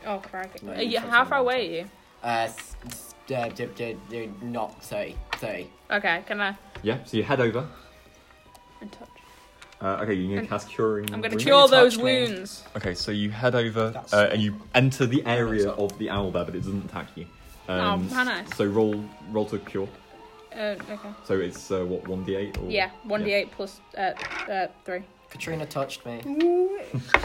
I: Oh, cranky.
C: No,
I: Are
C: you
I: you,
C: chose
I: how
C: the
I: far
C: wrong
I: away are you?
C: Uh, s- s- uh, d- d- d- not 30. 30.
I: Okay, can I?
F: Yeah. So you head over.
I: and touch?
F: Uh, okay, you're gonna
I: And-
F: cast curing.
I: I'm gonna
F: Wounds.
I: cure
C: touch
I: those
C: me.
I: wounds.
F: Okay, so you head over
D: That's-
F: uh, and you enter the area of the owl there, but it doesn't attack you. Um,
I: oh, how nice.
F: So roll, roll to cure.
I: Uh, okay.
F: So it's uh, what one d eight or
I: Yeah, one d eight plus uh, uh three.
C: Katrina touched me.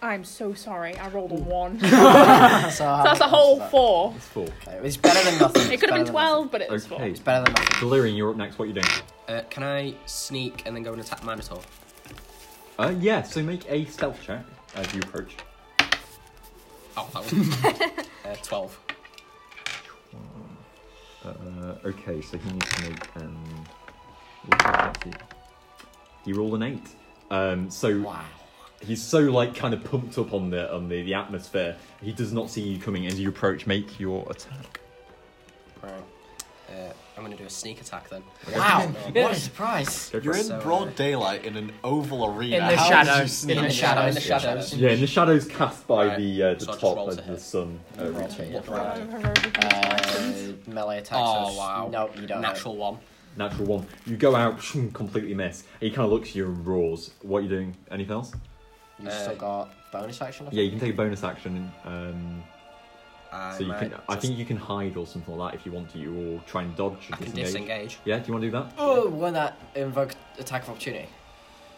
I: I'm so sorry. I rolled a one.
C: So
I: So that's a whole four.
F: It's four.
C: It's better than nothing.
I: It
C: it's
I: could
C: better
I: have been
C: than
I: twelve, but it was four.
F: Okay,
C: nothing. It's better than nothing.
F: Delirium, you're up next. What are you doing?
D: Uh, can I sneak and then go and attack Minotaur?
F: Uh, yeah. So make a stealth check as you approach.
D: Oh, that one. uh, Twelve.
F: Uh, okay, so he needs to make. Um, what's that, let's see. he rolled an eight. Um, so
C: Wow.
F: he's so like kind of pumped up on the on the, the atmosphere. He does not see you coming as you approach. Make your attack.
D: Right. Uh, I'm gonna do a sneak attack then.
C: Wow.
D: Yeah.
C: What a surprise.
F: Go for
H: You're
F: it.
H: in
D: So, uh,
H: broad daylight in an oval arena.
B: In the
H: How
B: shadows.
H: did you sneak
C: In the
H: in?
C: shadows. In the
D: Yeah.
C: shadows.
F: Yeah, and the shadows cast by
D: Right,
F: the uh, the
D: so I just
F: top
D: roll
F: of
D: to
F: the
D: hit.
F: sun uh,
D: Roll
F: reaching
D: to
F: it.
D: hit.
C: Uh, melee attack.
D: Oh
C: so
D: wow.
C: No, you don't.
D: Natural one.
F: Natural one. You go out, completely miss. And he kind of looks at you and roars. What are you doing? Anything else?
C: You
D: Uh,
C: still got bonus action. I
F: Yeah, you
C: think?
F: can take a bonus action. Um,
D: I
F: so you
D: might
F: can. I
D: just-
F: think you can hide or something like that if you want to, or try and dodge. Or
D: I can
F: disengage.
D: disengage.
F: Yeah, do you want to do that?
C: Oh, when that invoke attack of opportunity.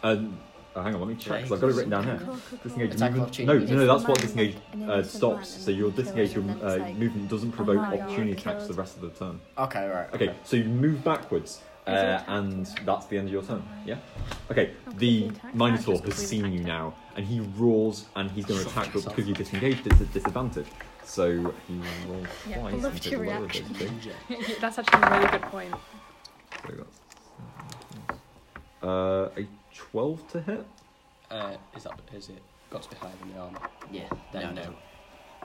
F: Um, oh, hang on, let me check.
D: Right.
F: 'cause I've got it written down here. Disengage
C: Attack of
F: movement. No,
C: opportunity.
F: no, no. That's what
E: It's the
F: disengage
E: man,
F: uh,
E: and it's the
F: stops.
E: man,
F: So your
E: and then
F: disengage your
E: kills, and then
F: uh,
E: it's like,
F: movement doesn't provoke
E: Oh my God,
F: opportunity
E: killed.
F: attacks for the rest of the turn.
C: Okay, right.
F: Okay, so you move backwards, uh,
I: Is it attacked?
F: and that's the end of your turn. Yeah. Okay,
I: Okay,
F: the
I: it's attacked.
F: Minotaur
I: Just
F: has
I: completely
F: seen you
I: attacked.
F: now, and he roars, and he's going to
D: Shut
F: attack, but
D: yourself.
F: because you disengaged, it's a disadvantage. So he rolls
I: Yeah, I
F: twice.
E: loved
F: and
E: your
F: it's lower
E: reaction.
F: than two.
I: that's actually a really good point.
F: So that's- Uh, a twelve to hit.
D: Uh, is that is it? Got to be higher than the armor.
C: Yeah.
D: Then
C: no.
D: no.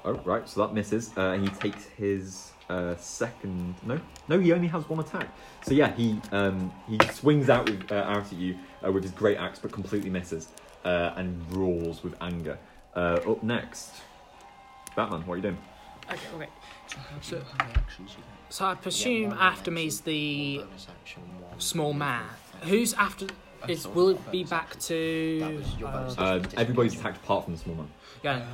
F: Oh, right, so that misses. Uh, and he takes his uh, second. No, no, he only has one attack. So yeah, he um, he swings out with, uh, out at you uh, with his great axe, but completely misses uh, and roars with anger. Uh, up next, Batman. What are you doing?
A: Okay, okay.
D: So how many actions you get?
A: So I presume after me is the
C: Bonus action one.
A: small man. Who's after? Is
D: thought
A: will
D: that
A: it be
D: was-
A: back to?
C: your bonus action
F: Uh,
C: was
F: everybody's
C: disengage.
F: attacked apart from the small man.
A: Yeah.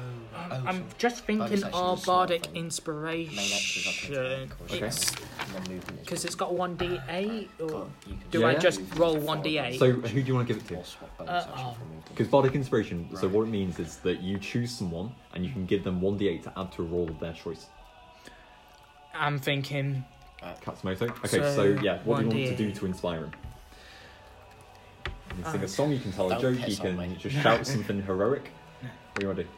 A: I'm just thinking
C: Bonus action
A: our
C: is small
A: bardic
C: thing. Main action is
A: inspiration.
C: up to attack or
A: It's
C: something, and then movement is-
A: because it's got one d eight. Or
C: But you can
A: do
F: Yeah,
A: I
F: yeah.
A: just roll one d
C: Forward.
A: eight?
F: So who do you want to give it to?
C: or swap bonus
A: Uh,
C: action
A: oh.
C: for movement.
F: Because bardic inspiration. So what it means is that you choose someone and you can give them one d8 to add to a roll of their choice.
A: I'm thinking
F: Katsumoto. Okay, so,
A: So,
F: yeah, what do you want to
A: 1d8.
F: do to inspire him? You can sing a
A: Um,
F: song, you can tell a
C: don't
F: joke, you
C: Uh, piss on
F: can
C: me.
F: just shout something heroic. What do you want to do?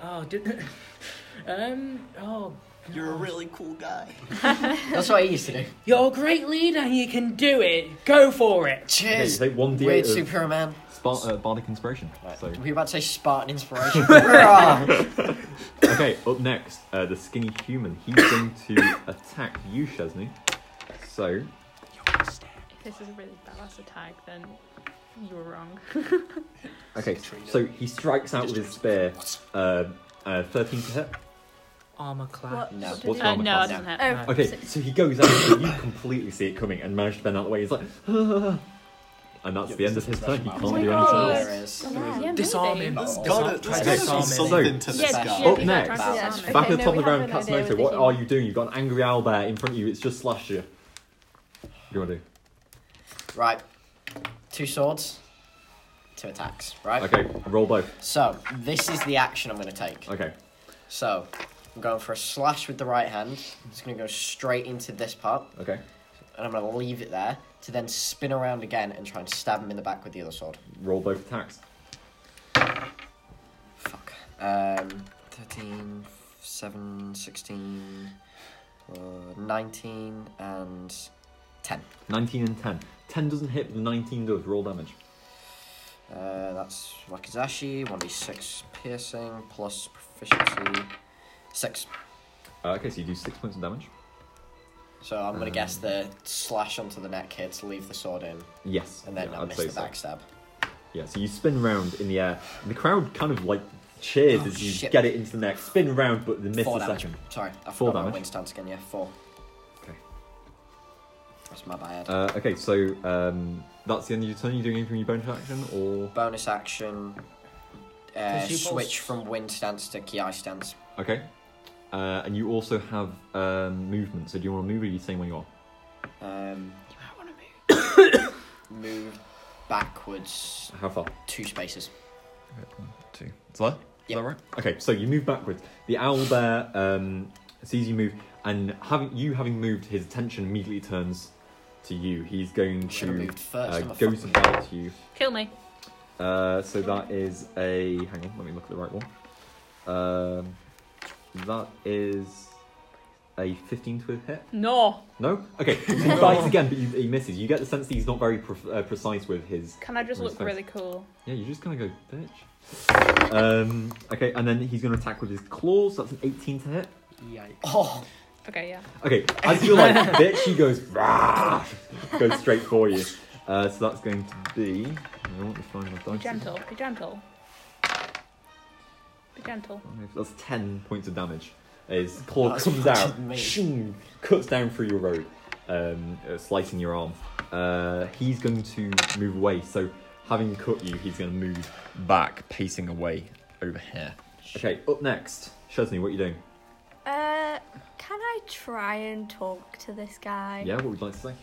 A: Oh, did um oh
H: You're a really cool guy.
C: That's what I used to do.
B: You're a great leader. You can do it. Go for it.
F: Okay,
C: Cheers.
F: take one D
C: Weird
F: eight of
C: Superman.
F: Spar- uh, Bardic Inspiration. So
C: We about to say Spartan inspiration. Hurrah!
F: okay, up next, uh, the skinny human. He's going to attack you, Chesney. So
I: If this is a really badass attack, then you were wrong.
F: okay, so he strikes out with his spear. Uh, uh, Thirteen to hit.
B: Armor class.
E: What?
C: No.
E: what did
F: What's
E: you-
I: Uh,
F: armor
I: no, it
F: class?
I: doesn't hit.
E: Oh,
B: No.
F: Okay, so he goes out, so you completely see it coming and managed to bend out the way. He's like, and that's the end of his turn. He can't do
E: Oh my
F: anything
E: God.
F: else.
C: there is.
I: Yeah,
B: Disarm
I: maybe.
B: him.
H: There's
B: Disarm-
H: gotta,
B: try
H: there's
B: to
H: gotta
B: disarm
H: be
B: him.
H: something to this
I: Yeah,
H: guy.
I: yeah,
F: Up
I: yeah,
F: next.
I: try to
E: Yeah.
I: disarm
E: Okay,
I: it.
F: Back at the
E: no,
F: top
E: we
F: of the round,
E: have an idea
F: Katsumoto.
E: with
F: What
E: the
F: are
E: human.
F: you doing? You've got an angry owl bear in front of you. It's just slashed you. What do you want to do?
C: Right. Two swords. Two attacks. Right.
F: Okay, roll both.
C: So this is the action I'm going to take.
F: Okay.
C: So I'm going for a slash with the right hand. I'm just going to go straight into this part,
F: Okay.
C: and I'm going to leave it there to then spin around again and try and stab him in the back with the other sword.
F: Roll both attacks.
C: Fuck. Um, 13, 7, 16, uh, 19, and 10.
F: 19 and 10. 10 doesn't hit, but the 19 does. Roll damage.
C: Uh, that's Wakizashi, 1d6 piercing, plus proficiency, 6.
F: Uh, okay, so you do 6 points of damage.
C: So I'm going to guess
F: Um,
C: the slash onto the neck here to leave the sword in,
F: Yes.
C: and then
F: yeah,
C: I
F: I'd
C: miss
F: say
C: the
F: so.
C: backstab.
F: Yeah, so you spin round in the air. And the crowd kind of like cheers
C: Oh,
F: as you
C: shit.
F: get it into the neck. Spin round, but they miss
C: four
F: the
C: damage.
F: second.
C: Sorry, I
F: Four
C: forgot my
F: damage.
C: wind stance again, yeah, 4.
F: Okay.
C: That's my bad.
F: Uh, okay, so um, that's the end of your turn. Are you doing anything with your bonus action, or
C: Bonus action, uh,
A: Does you both-
C: switch from wind stance to ki stance.
F: okay? Uh, and you also have um, movement. So do you want to move, or are you staying where you are?
C: Um, move backwards
F: How far?
C: two spaces.
H: Two. Is that,
C: Yeah.
H: that right?
F: Okay, so you move backwards. The owl bear um, sees you move, and having you having moved, his attention immediately turns to you. He's going
C: Should have
F: to
C: moved first.
F: uh,
C: I'm a
F: go to
C: fucking-
F: bite you.
I: Kill me.
F: Uh, so that is a. Hang on, let me look at the right one. Um, that is a 15 to hit.
I: No.
F: No? Okay, he bites again, but you, he misses. You get the sense that he's not very pre- uh, precise with his.
I: Can I just
F: Nice
I: look
F: face.
I: really cool?
F: Yeah, you just kind of go, bitch. Um, okay, and then he's going to attack with his claws. That's an 18 to hit.
C: Oh,
I: Okay, yeah.
F: Okay, as you're like, bitch, he goes, rah, goes straight for you. Uh, so that's going to be. I want to find my dice.
I: Be gentle. Be gentle. Be gentle.
F: That's 10 points of damage. His claw
C: That's
F: comes
C: fucking
F: out,
C: amazing.
F: shing, cuts down through your robe, um, uh, slicing your arm. Uh, he's going to move away, so having cut you, he's going to move back, pacing away over here. Okay, up next, Chesney, what are you doing?
E: Uh, can I try and talk to this guy?
F: Yeah, what would you like to say?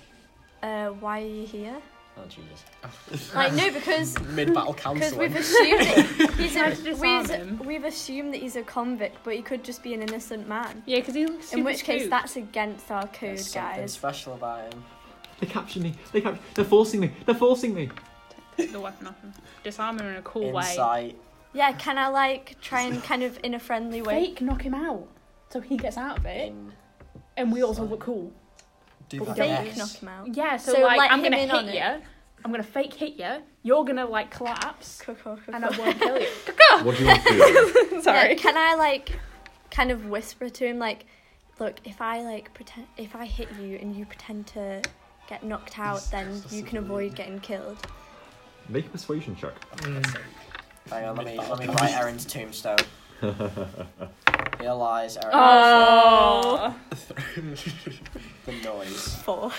E: Uh, why are you here?
C: oh Jesus.
E: Like no, because
C: Mid battle
E: because
C: counseling.
E: we've assumed that he's
I: Try to
E: a,
I: disarm him.
E: we've, we've assumed that he's a convict, but he could just be an innocent man.
I: Yeah, because he looks
E: In
I: super
E: which case,
I: cute.
E: that's against our code,
C: There's something
E: guys.
C: special about him.
F: They captured me. They captured. They're forcing me. They're forcing me.
I: Take the weapon off him. Disarm him in a cool way.
C: Insight.
E: Yeah, can I like try and kind of in a friendly way?
I: Fake knock him out. So he gets out of it,
C: In
I: and we also look cool.
C: do
I: But we
C: that.
I: don't
E: Fake
C: next.
E: knock him out.
I: Oh, Yeah, so,
E: So
I: like,
E: let
I: I'm
E: him
I: gonna
E: in on
I: hit
E: it.
I: you. I'm gonna fake hit you. You're gonna like collapse,
E: Cuckoo, cuckoo.
I: and I won't kill you.
F: What do you want to do?
I: Sorry.
E: Yeah, can I like kind of whisper to him like, look, if I like pretend if I hit you and you pretend to get knocked out, then you can avoid getting killed.
F: Make a persuasion check.
A: Mm.
C: Hang on, let me let me write Aaron's tombstone. Here lies Aaron.
I: Oh.
C: The noise.
E: Four.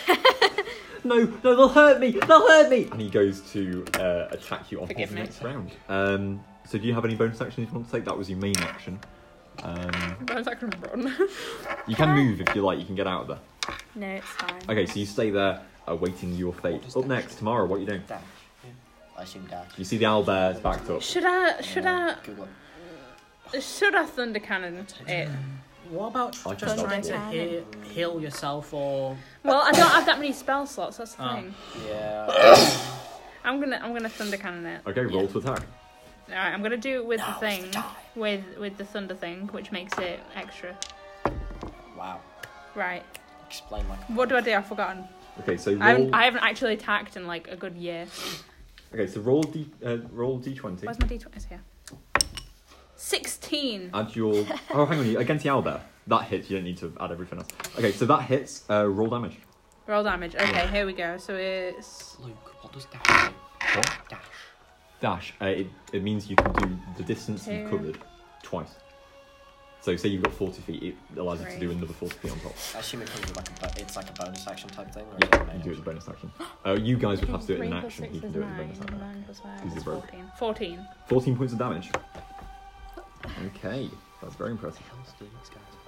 F: No, no, they'll hurt me. They'll hurt me. And he goes to uh, attack you on top
I: Forgive
F: of the
I: me.
F: next round. Um, so do you have any bonus actions you want to take? That was your main action. Um,
I: I was like, run.
F: you can move if you like. You can get out of there.
E: No, it's fine.
F: Okay, so you stay there awaiting your fate. Up next, tomorrow, what are you doing?
C: Dash. I assume dash.
F: You see the owl bear's backed up.
I: Should I? Should I?
C: Google it.
I: Should I thunder cannon it?
A: What about
F: I can
A: just
F: help
A: trying
F: you.
A: to heal, heal yourself or
I: Well, I don't have that many spell slots. That's the
A: Oh.
I: thing.
C: Yeah.
I: I'm gonna I'm gonna thunder cannon it.
F: Okay, roll to attack.
I: All right, I'm gonna do it with the
C: Now's
I: thing,
C: the time.
I: with with the thunder thing, which makes it extra.
C: Wow.
I: Right.
C: Explain like.
I: What do I do? I've forgotten.
F: Okay, so
I: I haven't,
F: roll.
I: I haven't actually attacked in like a good year.
F: Okay, so roll d uh, roll d20.
I: Where's my d20? It's here. 16.
F: Add your. Oh, hang on, you against the owlbear. That hits. You don't need to add everything else. Okay, so that hits. Uh, roll damage.
I: Roll damage. Okay, here we go. So it's.
C: Luke, what does dash do?
F: What?
C: Dash.
F: Dash. Uh, it, it means you can do the distance you
I: Two.
F: covered twice. So say you've got 40 feet, it allows you to do
I: Three.
F: another 40 feet on top.
C: I assume it comes with like a bo- it's like a bonus action type thing. Or
F: Yeah,
C: is it
F: you do it as a bonus action. Uh, you guys would have to do it in an
I: Three plus
F: action.
I: six
F: He can
I: is
F: do it in a
I: nine,
F: bonus
I: and
F: action.
I: nine plus five
F: He's
I: is
F: a rogue.
I: 14. 14.
F: 14 points of damage. Okay, that's very impressive.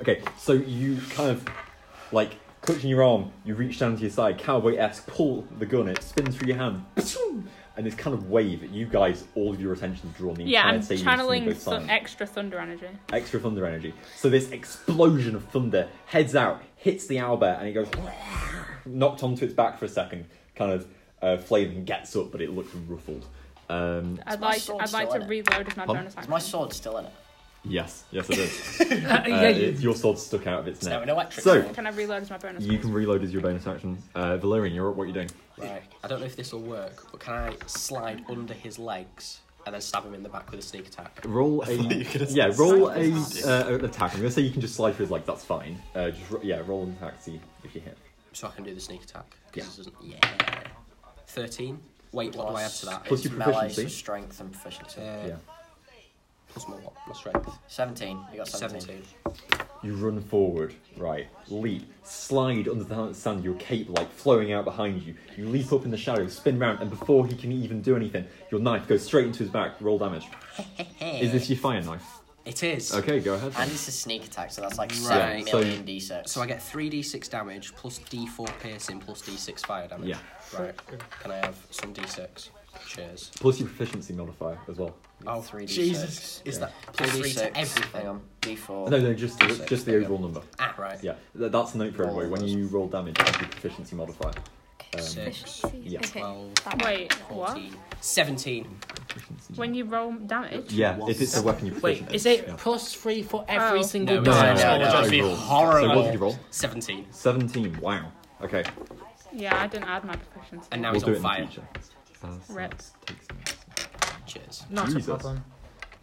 F: Okay, so you kind of like clutching your arm, you reach down to your side, cowboy esque, pull the gun, it spins through your hand, and this kind of wave. You guys, all of your attention's drawn the
I: Yeah,
F: entire
I: I'm
F: stadium
I: channeling
F: goes
I: some
F: silent.
I: extra thunder energy.
F: extra thunder energy. So this explosion of thunder heads out, hits the owlbear, and it goes knocked onto its back for a second, kind of uh, flailing, gets up, but it looks ruffled. Um,
I: I'd
C: my
I: like
C: sword
I: I'd like
C: still
I: to
C: in it?
I: reload as my
F: Pardon?
I: bonus
C: Is
I: action.
C: my sword still in it?
F: yes, yes, it is.
A: Uh,
F: Uh,
A: yeah,
F: it- your sword stuck out of its
C: No,
F: neck.
C: an electric
F: So-
C: sword.
I: Can I reload as my bonus
F: You can
I: action?
F: reload as your bonus action. Uh, Valerian, you're up. What are you doing?
C: Right.
D: I don't know if this will work, but can I slide under his legs and then stab him in the back with a sneak attack?
F: Roll a
D: you were gonna say
F: yeah. Roll a
D: something.
F: uh, an attack. I'm gonna say you can just slide through his legs. That's fine. Uh, just ro- yeah. Roll an attack. See if you hit.
D: So I can do the sneak attack.
F: Yeah.
D: Because doesn't. Yeah. 13. Wait, what do I add to that?
F: Plus
C: Plus
F: your
C: your melee, so
F: proficiency.
C: strength and proficiency.
D: Uh,
F: Yeah.
D: Plus my what? My strength.
C: 17. You got 17.
D: 17.
F: You run forward, right, leap, slide under the sand, your cape like flowing out behind you. You leap up in the shadows, spin round, and before he can even do anything, your knife goes straight into his back. Roll damage. Is this your fire knife?
D: It is.
F: Okay, go ahead.
C: And it's a sneak attack, so that's like
D: Right.
C: 7
F: So-
C: million d6.
D: So I get 3d6 damage plus d4 piercing plus d6 fire damage.
F: Yeah.
D: Right. Can I have some d6? Cheers.
F: Plus your proficiency modifier as well.
D: Oh,
C: 3d6.
D: Jesus. Is that plus 3
C: D6,
D: to everything?
C: Hang on. D4.
F: No, no, just the, just the overall number.
D: Ah, right.
F: Yeah, th- that's a note for everybody. When you roll damage, add your proficiency modifier.
D: Six,
F: yeah.
E: Okay.
D: twelve,
E: that one.
I: Wait, what?
D: 14, 17.
I: When you roll damage?
F: Yeah, if it's a weapon you're
A: Wait,
F: proficient in.
A: is it
F: Yeah.
A: plus three for every
I: Oh.
A: single
D: No,
A: no,
D: it's
F: No, no,
D: not.
F: no,
D: Oh,
F: no,
D: that would be
F: overall. So what did you
D: horrible.
F: roll?
D: 17.
F: 17. Wow. Okay.
I: Yeah, I didn't add my proficiency.
D: And now
F: we'll
D: he's
F: do it
D: on
F: in the
D: fire.
F: future. As
I: Rip.
F: that takes me-
D: Cheers.
A: Not
F: Jesus.
A: a problem.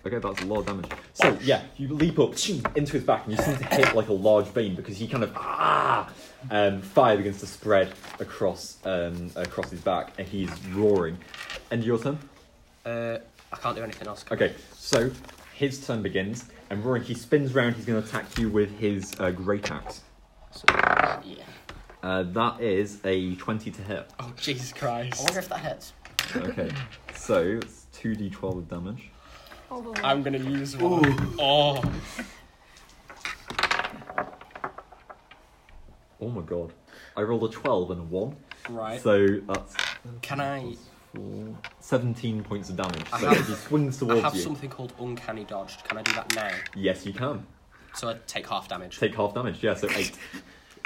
F: Okay, that's a lot of damage. So yeah, you leap up ching, into his back, and you seem to hit like a large vein because he kind of ah, um, fire begins to spread across um, across his back, and he's roaring. End of your turn.
D: Uh, I can't do anything else.
F: Okay, so his turn begins, and roaring, he spins round. He's going to attack you with his uh, great axe.
C: Yeah.
F: Uh, that is a twenty to hit.
D: Oh, Jesus
C: I
D: Christ.
C: wonder if that hits.
F: Okay, so it's two d twelve of damage.
D: I'm going to use one. Oh.
F: Oh my god, I rolled a twelve and a one,
D: Right.
F: so that's
D: Can I...
F: Four- 17 points of damage.
D: I
F: So
D: have-
F: if he swings
D: I
F: towards
D: have
F: you.
D: something called uncanny dodge. Can I do that now?
F: Yes, you can.
D: So I take half damage.
F: Take half damage. Yeah, so 8.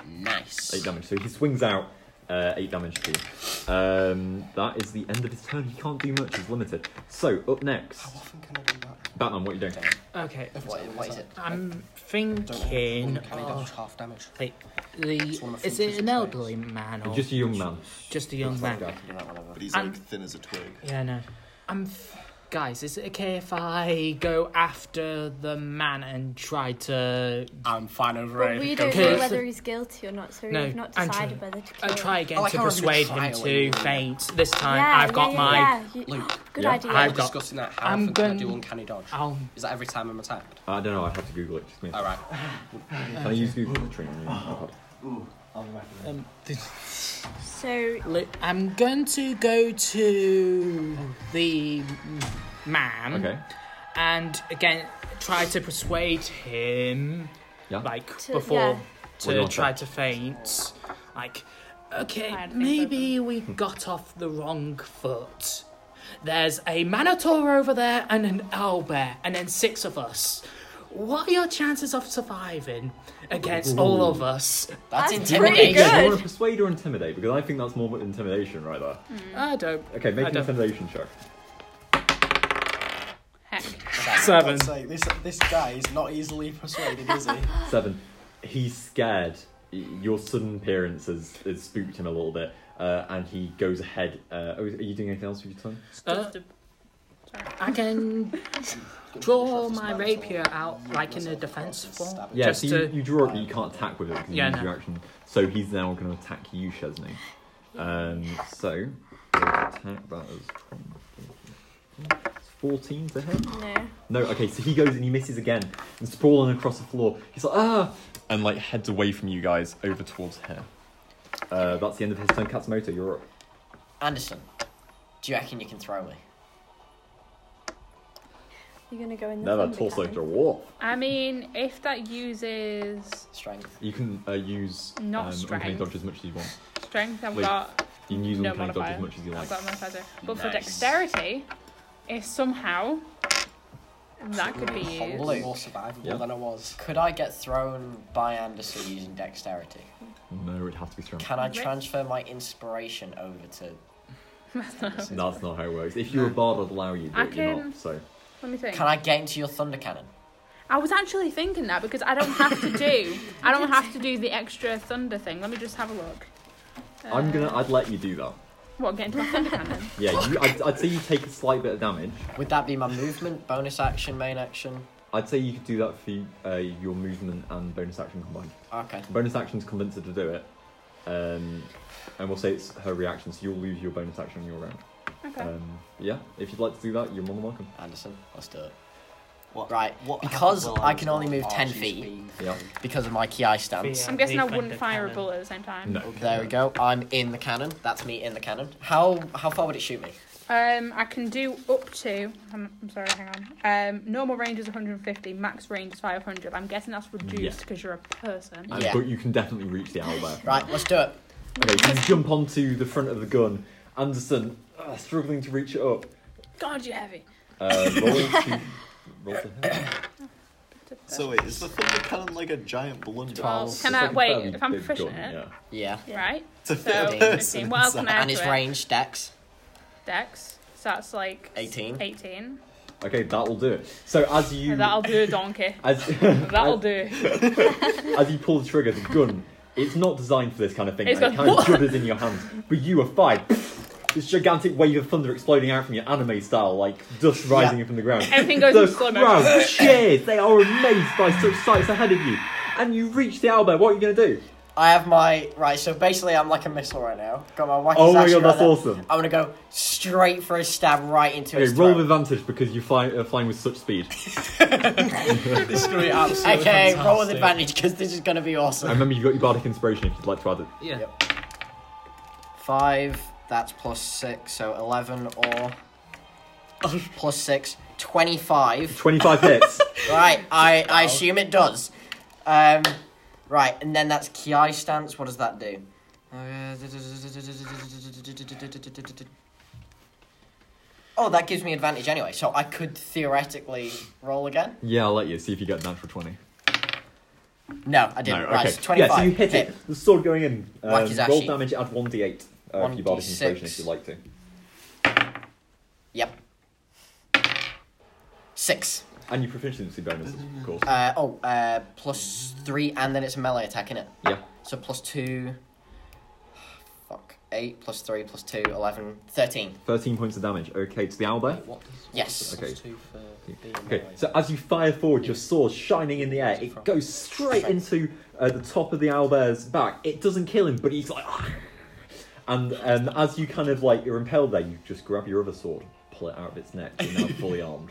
D: Nice.
F: 8 damage. So he swings out uh, 8 damage to you. Um, that is the end of his turn. He can't do much. He's limited. So, up next,
D: How often can I do that?
F: Batman, what are you doing?
A: Okay,
C: What, what is it?
A: I'm
D: Don't know.
A: thinking.
D: Uncanny dodge,
C: Oh.
A: Of
D: half damage.
A: the, the,
D: one of my
A: is it
D: fingers
A: an
D: in
A: elderly man or
F: Just a young man.
A: just a young man?
F: guy.
C: Do that whatever.
H: But he's
A: And-
B: Um,
H: like thin as a twig.
A: Yeah, no. I'm. F- guys, is it okay if I go after the man and try to.
D: I'm fine over
E: But we don't
A: Okay.
E: know whether he's guilty or not, so
A: No,
E: we've not
A: I'm trying-
E: decided whether to kill
A: Uh, try
E: him.
A: again
D: oh, I like
A: to
D: how I'm gonna
A: persuade
D: try
A: him
D: when you-
A: to faint. This time
E: Yeah,
A: I've got
E: yeah,
A: my.
E: Yeah, you-
D: Luke.
E: Good
F: Yeah.
E: idea.
A: I've
D: We're
A: got-
D: discussing that. How
A: I'm
D: often can I
A: gonna-
D: do uncanny dodge?
A: I'll.
D: Is that every time I'm attacked?
F: I don't know. I have to Google it. Just me.
D: All right.
F: Can I use Google to train you?
A: Um,
E: So
A: li- I'm going to go to the m- man
F: Okay.
A: and again try to persuade him,
F: Yeah.
A: like
E: To-
A: before,
E: yeah.
F: What do you
A: to
F: want
A: try
F: to
A: to faint. Like, okay,
I: I'd think so,
A: maybe we got off the wrong foot. There's a minotaur over there and an owlbear, and then six of us. What are your chances of surviving against all of us?
C: That's,
E: That's
C: intimidating.
E: pretty
F: Yeah, do you
E: good.
F: want to persuade or intimidate? Because I think that's more of intimidation right there.
D: Hmm.
A: I don't.
F: Okay, make
A: I
F: an
A: don't-
F: intimidation check.
I: Heck.
A: Seven. Uh,
D: This, this guy is not easily persuaded, is he?
F: Seven. he's scared. Y- Your sudden appearance has, has spooked him a little bit, uh, and he goes ahead. Uh, oh, are you doing anything else with your tongue?
A: Uh, I can draw my rapier out like in a defense form.
F: Yeah,
A: just
F: so you,
A: to- uh,
F: you draw it, but you can't attack with it because
A: Yeah,
F: you use
A: no.
F: your action. So he's now going to attack you, Chesney. Um, so attack that is 14 to hit.
E: No.
F: No, okay, so he goes and he misses again and sprawling across the floor. He's like, ah! And like heads away from you guys over towards her. Uh, that's the end of his turn. Katsumoto, you're up.
C: Anderson, do you reckon you can throw me?
E: You're gonna go in the.
F: Never
E: thunder
F: torso
E: cannon.
F: to war.
I: I mean, if that uses
C: Strength.
F: You can uh, use um,
I: Not
F: uncanny
I: strength.
F: dodge as much as you want.
I: strength, I've
F: Wait,
I: got
F: You can use
I: no
F: uncanny dodge
I: modifier.
F: as much as you like.
I: I've got a modifier. But for
C: Nice.
I: dexterity, if somehow that could be used.
C: Luke.
D: more survivable
F: Yeah.
D: than I was.
C: Could I get thrown by Anderson using dexterity?
F: No, it'd have to be strength.
C: Can I
I: Rick?
C: transfer my inspiration over to? Anderson?
F: That's not how it works. If you're a bard, I'd allow you,
I: I
F: but you're
I: can-
F: not. So
I: Let me think.
C: Can I get into your thunder cannon?
I: I was actually thinking that because I don't have to do I don't have to do the extra thunder thing. Let me just have a look. Uh,
F: I'm gonna. I'd let you do that.
I: What, get into my thunder cannon?
F: Yeah, you, I'd, I'd say you take a slight bit of damage.
C: Would that be my movement, bonus action, main action?
F: I'd say you could do that for uh, your movement and bonus action combined.
C: Okay.
F: Bonus action's convinced her to do it, um, and we'll say it's her reaction, so you'll lose your bonus action on your round.
I: Okay.
F: Um, yeah, if you'd like to do that, you're more than welcome.
C: Anderson, let's do it.
D: What,
C: Right,
D: what
C: because
D: happened
C: I can only
D: was
C: move 10
H: oh,
D: Archie's
C: feet.
D: being-
F: Yeah.
C: Because of my ki stance.
A: Fear.
I: I'm guessing I
A: Leaf
I: wouldn't
A: under
I: fire a
A: cannon.
I: bullet at the same time.
F: No.
C: There we go. I'm in the cannon. That's me in the cannon. How how far would it shoot me?
I: Um, I can do up to. I'm, I'm sorry, hang on. Um, normal range is 150, max range is 500. I'm guessing that's reduced because you're a person.
F: And-
C: Yeah.
F: But you can definitely reach the owl there.
C: Right, let's do it.
F: Okay, so you jump onto the front of the gun. Anderson, uh, struggling to reach it up.
I: God, you're heavy.
F: Uh, roll to, roll to hit.
H: So wait, is the thunder cannon like a giant blunder?
C: Twelve.
I: Can
F: uh, It's
I: I
F: like a
I: wait?
F: fairly
I: If I'm
F: big
I: proficient,
F: gun,
I: in it,
F: yeah.
C: Yeah.
I: right?
H: To fit
I: So
H: a
C: fifteen.
H: person
I: 15. What else can
H: inside.
I: I
C: And
I: do?
C: his range dex.
I: Dex. So that's like
C: 18.
I: 18.
F: Okay, that'll do it. So as you
I: And that'll do, donkey.
F: as
I: That'll do.
F: as you pull the trigger, the gun it's not designed for this kind of thing.
I: It's
F: like, it
I: gone,
F: kind of judders in your hands, but you are fine. This gigantic wave of thunder exploding out from you, anime style, like dust rising from the ground.
I: Everything goes
F: the
I: in slow motion.
F: crowd cheers. They are amazed by such sights ahead of you, and you reach the owlbear. What are you going to do?
C: I have my right, so basically I'm like a missile right now. Got my wacky
F: Oh my
C: action
F: God, that's
C: right there.
F: awesome.
C: I'm gonna go straight for a stab right into
F: Okay,
C: his
F: roll with
C: throat.
F: advantage because you're fly, uh, flying with such speed.
D: This is gonna be absolutely
C: Okay, roll with
D: fantastic.
C: advantage because this is gonna be
F: I
C: awesome.
F: remember you've got your bardic inspiration if you'd like to add it.
A: Yeah.
C: Five, that's plus six, so eleven or plus six. Twenty-five.
F: 25 hits.
C: Right, I, I assume it does. Um, right, and then that's Ki stance. What does that do? Oh, that gives me advantage anyway, so I could theoretically roll again.
F: Yeah, I'll let you see if you get a natural 20.
C: No, I didn't. Right, it's 25.
F: Yeah, so you hit,
C: Hit.
F: it. The sword going in. Um,
C: Whack is
F: roll
C: ashy.
F: damage, add 1d8 uh, if you bardic
C: 1d6.
F: inspiration if you'd like to.
C: Yep. Six.
F: And your proficiency bonus, of course.
C: Uh, oh, uh, plus three, and then it's a melee attack, innit?
F: Yeah.
C: So plus two. Fuck. Eight, plus three, plus two, 11, 13.
F: 13 points of damage. Okay, to the owlbear.
D: What does- what
C: Yes.
D: does
F: Okay.
D: two for being
F: Okay,
D: melee?
F: so as you fire forward, your sword shining in the air, it goes straight into uh, the top of the owlbear's back. It doesn't kill him, but he's like. "Ah." And um, as you kind of like, you're impelled there, you just grab your other sword, pull it out of its neck, you're now fully armed.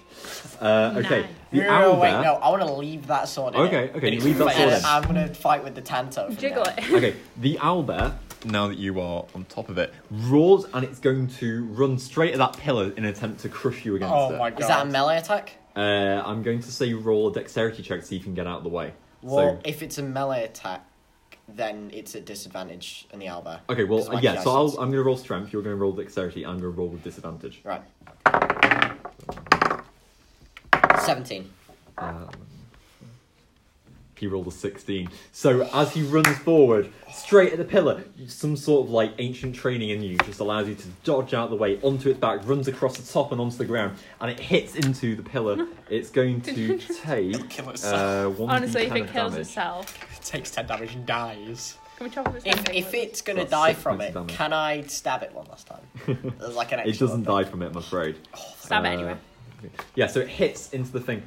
F: Uh, okay, the
C: No,
F: owlbear.
C: wait, no, I want to leave that sword in.
F: Okay,
C: it.
F: okay,
C: It's
F: leave that
C: fine.
F: sword in.
C: I'm going to fight with the Tanto. from
I: Jiggle
C: now.
I: it.
F: okay, the owlbear, now that you are on top of it, roars and it's going to run straight at that pillar in an attempt to crush you against
C: Oh
F: it.
C: my god. Is that a melee attack?
F: Uh, I'm going to say roll a dexterity check to see if you can get out of the way.
C: Well,
F: so,
C: if it's a melee attack, then it's a disadvantage in the Alba.
F: okay, well,
C: Because my
F: yeah,
C: GI
F: so I'll, um,
C: sense.
F: I'm going to roll strength, you're going to roll dexterity, I'm going to roll with disadvantage.
C: Right. 17.
F: Um, He rolled a 16. So as he runs forward, straight at the pillar, some sort of like ancient training in you just allows you to dodge out the way onto its back, runs across the top and onto the ground, and it hits into the pillar. It's going to take
D: Kill itself.
F: uh, one
I: Honestly, if it
F: d10
I: kills
F: of damage.
I: itself,
D: It takes 10 damage and dies.
I: can we chop it?
C: If, if it's gonna
F: That's
C: die
F: six
C: from
F: points
C: it,
F: of damage.
C: can I stab it one last time? There's like an
F: It
C: extra
F: doesn't die from it, I'm afraid.
I: stab it
F: Uh,
I: anyway.
F: Yeah, so it hits into the thing.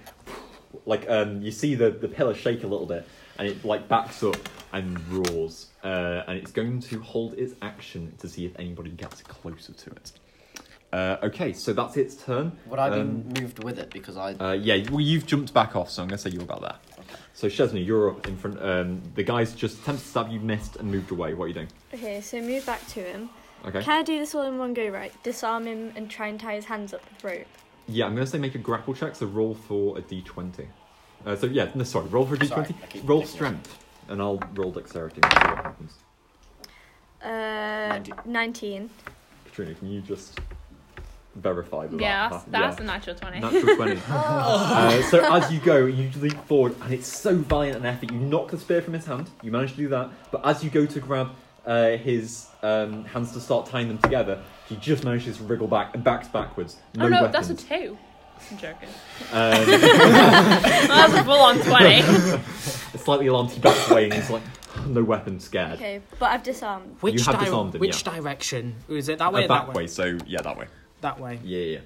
F: Like um, you see the, the pillar shake a little bit, and it like backs up and roars, uh, and it's going to hold its action to see if anybody gets closer to it. Uh, okay, so that's its turn.
C: Would I be
F: Um,
C: moved with it because I?
F: uh, yeah, well, you've jumped back off, so I'm going to say you're about there. So Shesna, you're up in front. Um, the guy's just attempted to stab you, missed, and moved away. What are you doing?
E: Okay, so move back to him.
F: Okay.
E: Can I do this all in one go, right? Disarm him and try and tie his hands up with rope.
F: Yeah, I'm going to say make a grapple check. So roll for a d20. Uh, so yeah, no, sorry, roll for a
C: Sorry,
F: d20.
C: I keep
F: roll
C: thinking.
F: strength, and I'll roll dexterity. And see what happens.
E: Uh, 19.
F: Katrina, can you just verify that? that
I: Yeah, that's,
F: hap-
I: that's a
F: yeah.
I: natural twenty.
F: Natural 20. uh, so as you go, you leap forward, and it's so valiant an effort. You knock the spear from his hand. You manage to do that. But as you go to grab uh, his um, hands to start tying them together, he just manages to wriggle back and backs backwards. No
I: oh no,
F: weapons.
I: that's a two. I'm joking. Oh,
F: Um,
I: That's a full on twenty.
F: slightly alarmed, he backs away, and he's like, no weapon, scared.
E: Okay, but I've disarmed.
A: Which,
F: have
A: di-
F: disarmed him,
A: which direction? Is it that
F: Uh,
A: way or
F: back
A: Oh, that
F: way.
A: way?
F: so yeah, that way.
A: That way.
F: Yeah, yeah.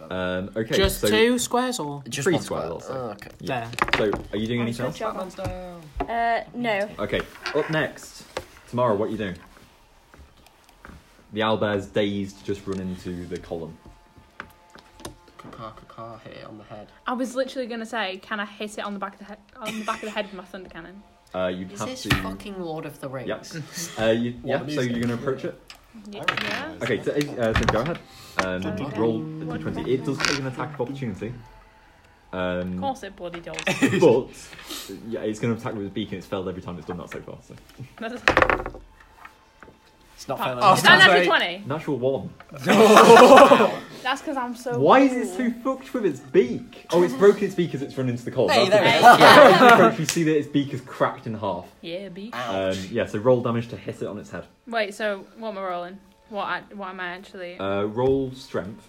F: yeah. Um, okay,
A: Just
F: so,
A: two squares or
C: Just
F: Three
C: one
F: squares,
C: square.
F: I'll
C: Oh, okay.
F: Yeah.
A: there?
F: So, are you doing anything
E: Good
F: else?
E: job. Uh, no.
F: Okay, up next, tomorrow, what are you doing? The owlbear's dazed, just run into the column.
D: Ka-ka, ka-ka, hit it on the head.
I: I was literally gonna say, can I hit it on the back of the head? On the back of the head with my thunder cannon.
F: Uh, you'd
C: Is
F: have
C: this
F: to.
C: fucking Lord of the Rings?
F: Yep. Uh, you, yeah, so you're going to approach it?
I: Yeah.
F: Okay, so, uh, so go ahead. Um,
I: Okay.
F: Roll a d20. It does take an attack of opportunity. Um,
I: Of course it bloody does.
F: but yeah, it's going to attack with its beak and it's failed every time it's done that so far. So.
I: That's a
C: It's not
I: Oh,
C: failing.
D: oh,
C: It's
D: sorry.
C: not-
I: natural twenty.
F: Natural one.
I: That's because I'm so.
F: Why is it
I: cool.
F: so fucked with its beak? Oh, it's broken its beak as it's run into the column.
C: Hey,
F: That's
C: there
F: okay.
C: it is.
F: As you approach, you see that its beak is cracked in half.
I: Yeah, B.
F: Um, yeah, so roll damage to hit it on its head.
I: Wait, so what am I rolling? What I, what am I actually?
F: Uh, roll strength.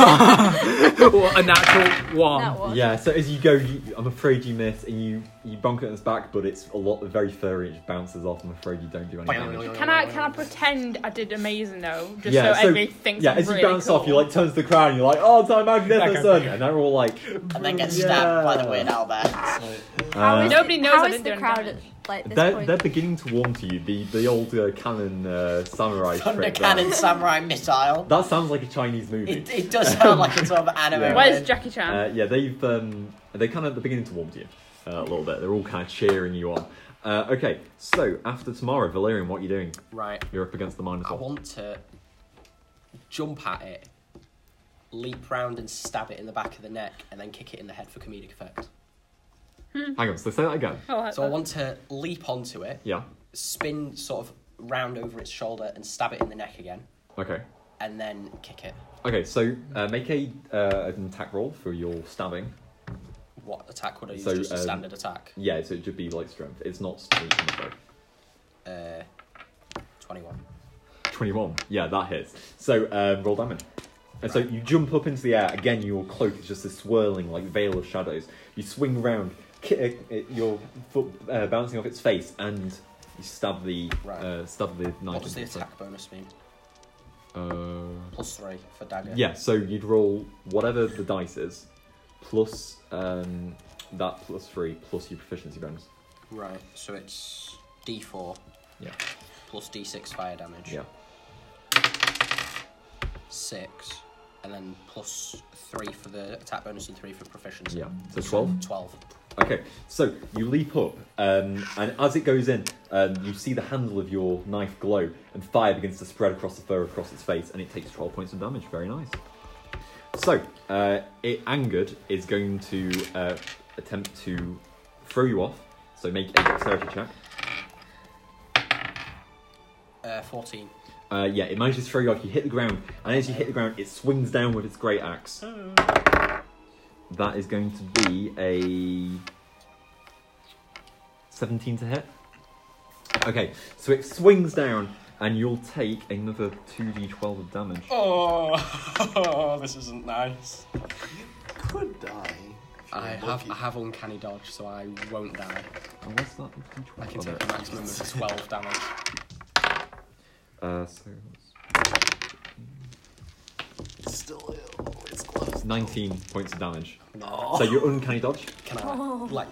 A: Or a natural one.
E: That one.
F: Yeah, so as you go, you, I'm afraid you miss and you you bonk it on its back, but it's a lot very furry. It just bounces off. I'm afraid you don't do any damage.
I: Can I can I pretend I did amazing though, just
F: uh, Yeah,
I: so,
F: so-
I: everybody thinks
F: Yeah,
I: I'm
F: as you
I: really
F: bounce
I: cool?
F: off, you like turns to the crowd. And you're like, oh, it's magnificent, and they're all like,
C: And then gets
F: Yeah.
C: stabbed by the weird owlbear.
E: How is
I: Nobody
E: it-
I: knows
E: how
I: I
E: is
I: didn't do
E: the
I: any
E: crowd at
I: damage.
E: like this
F: they're,
E: point?
F: they're beginning to warm to you. The the old uh, cannon uh, samurai
C: Thunder
F: trick. there.
C: cannon samurai missile.
F: That sounds like a Chinese movie.
C: It, it does sound like it's sort of anime.
F: Yeah.
I: Where's Jackie Chan?
F: Uh, yeah, they've um, they kind of they're beginning to warm to you uh, a little bit. They're all kind of cheering you on. Uh, okay, so after tomorrow, Valerian, what are you doing?
D: Right,
F: You're up against the
D: I
F: Minotaur.
D: want to jump at it, leap round and stab it in the back of the neck, and then kick it in the head for comedic effect.
F: Hang on, so say that again.
I: oh, that's
D: So I want to leap onto it,
F: Yeah.
D: spin sort of round over its shoulder and stab it in the neck again,
F: Okay.
D: and then kick it.
F: Okay, so uh, make a uh, an attack roll for your stabbing.
D: What attack would I use?
F: So,
D: Just a
F: um,
D: standard attack.
F: Yeah, so it should be like strength. It's not strength. I'm afraid.
D: Uh, 21.
F: Twenty-one. Yeah, that hits. So um, roll damage. And so you jump up into the air again. Your cloak is just this swirling like veil of shadows. You swing round, ki- uh, uh, your foot uh, bouncing off its face, and you stab the
D: Right.
F: uh, stab the knife.
D: What does the
F: into it.
D: attack bonus mean?
F: Uh,
D: Plus 3 for dagger.
F: Yeah, so you'd roll whatever the dice is, plus um, that plus three, plus your proficiency bonus.
D: Right, so it's d4
F: Yeah.
D: plus d6 fire damage.
F: Yeah.
D: 6. And then plus 3 for the attack bonus and 3 for proficiency.
F: Yeah. So 12?
D: 12.
F: Okay, so you leap up, um, and as it goes in, um, you see the handle of your knife glow, and fire begins to spread across the fur, across its face, and it takes 12 points of damage. Very nice. So, uh, it angered is going to uh, attempt to throw you off, so make a dexterity check.
D: Uh, 14.
F: Uh, yeah, it manages to throw you like you hit the ground, and as you hit the ground, it swings down with its great axe. That is going to be a 17 to hit. Okay, so it swings down, and you'll take another 2d12 of damage.
C: Oh, this isn't nice.
H: Could die. if you're
C: I have
H: lucky.
C: I have uncanny dodge, so I won't die.
F: And what's that?
C: I can
F: Oh, there
C: take
F: it
C: a maximum of twelve damage.
F: Uh, so it's Um,
H: It's still ill. It's close.
F: 19 points of damage.
C: No.
F: So your uncanny dodge?
C: Can I like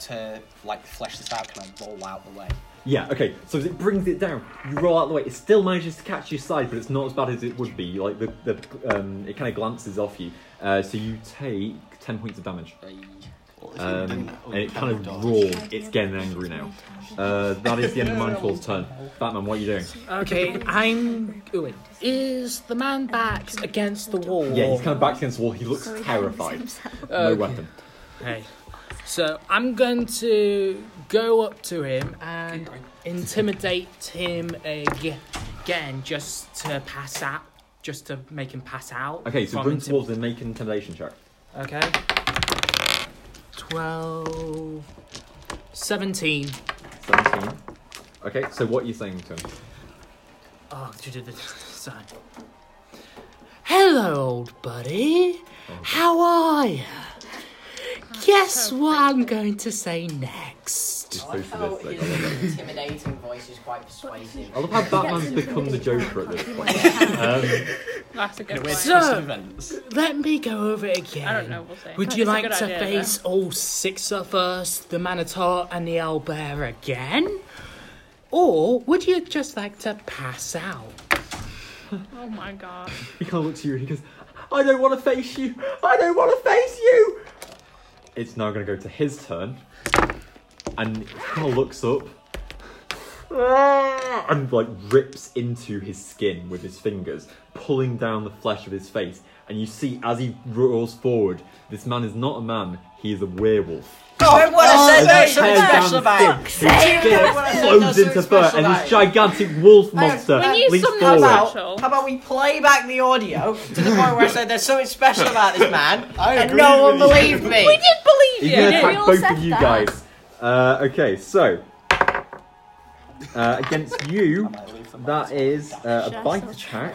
C: to like flesh this out? Can I roll out the way?
F: Yeah, okay. So as it brings it down, you roll out the way. It still manages to catch your side, but it's not as bad as it would be. Like the, the um, it kind of glances off you. Uh, so you take 10 points of damage.
C: Oh,
H: Well, if you
F: Um,
H: didn't have
F: and it kind
H: uncanny
F: of
H: dodge-
F: roars. It's getting angry now. Uh, that is the end of Mindfall's turn. Batman, what are you doing?
A: Okay, I'm. Ooh, wait. Is the man backs against the wall?
F: Yeah, he's kind of backed against the wall. He looks
E: So he hangs
F: terrified.
E: himself.
F: No weapon.
A: Okay. So I'm going to go up to him and intimidate him ag- again, just to pass out, just to make him pass out.
F: Okay, so
A: from
F: run
A: intim-
F: towards him, make an intimidation check.
A: Okay. 12. 17.
F: 17. Okay, so what are you saying to him?
A: Oh, you did the sign. Hello, old buddy. How are you?
I: Oh,
A: Guess what I'm going to say next.
F: Just socialistic.
D: intimidating voice is quite persuasive.
F: I love how Batman's become the Joker at this point. Um,
I: That's a good point.
A: So-
C: Twist of events.
A: Let me go over it again.
I: I don't know. We'll see.
A: Would
I: That's
A: you
I: a
A: like
I: good
A: to
I: idea,
A: face all six of us, the Manatar and the Owlbear again? Or would you just like to pass out?
I: though. Oh my god.
F: He kind of looks at you and he goes, I don't want to face you! I don't want to face you! It's now going to go to his turn. And he kind of looks up. Ah! And like rips into his skin with his fingers, pulling down the flesh of his face. And you see as he rolls forward, this man is not a man, he is a werewolf.
D: Don't want
F: Oh,
D: to say
F: Tears
D: there's something
F: down
D: special about
F: his skin. His skin explodes into fur, and this gigantic wolf monster
D: We
I: need
F: leaps
I: some
D: How
F: forward.
I: help.
D: about,
I: Special.
D: how about we play back the audio to the point where I said there's something special about this man,
H: I
D: and
H: agree
D: no one
H: with you.
D: believed me.
I: We did believe
F: He's
I: you.
F: gonna
E: Yeah, we
F: attack
E: all
F: both
E: said
F: of you
E: that.
F: guys. Uh, okay, so uh, against you, that is uh, a bite attack.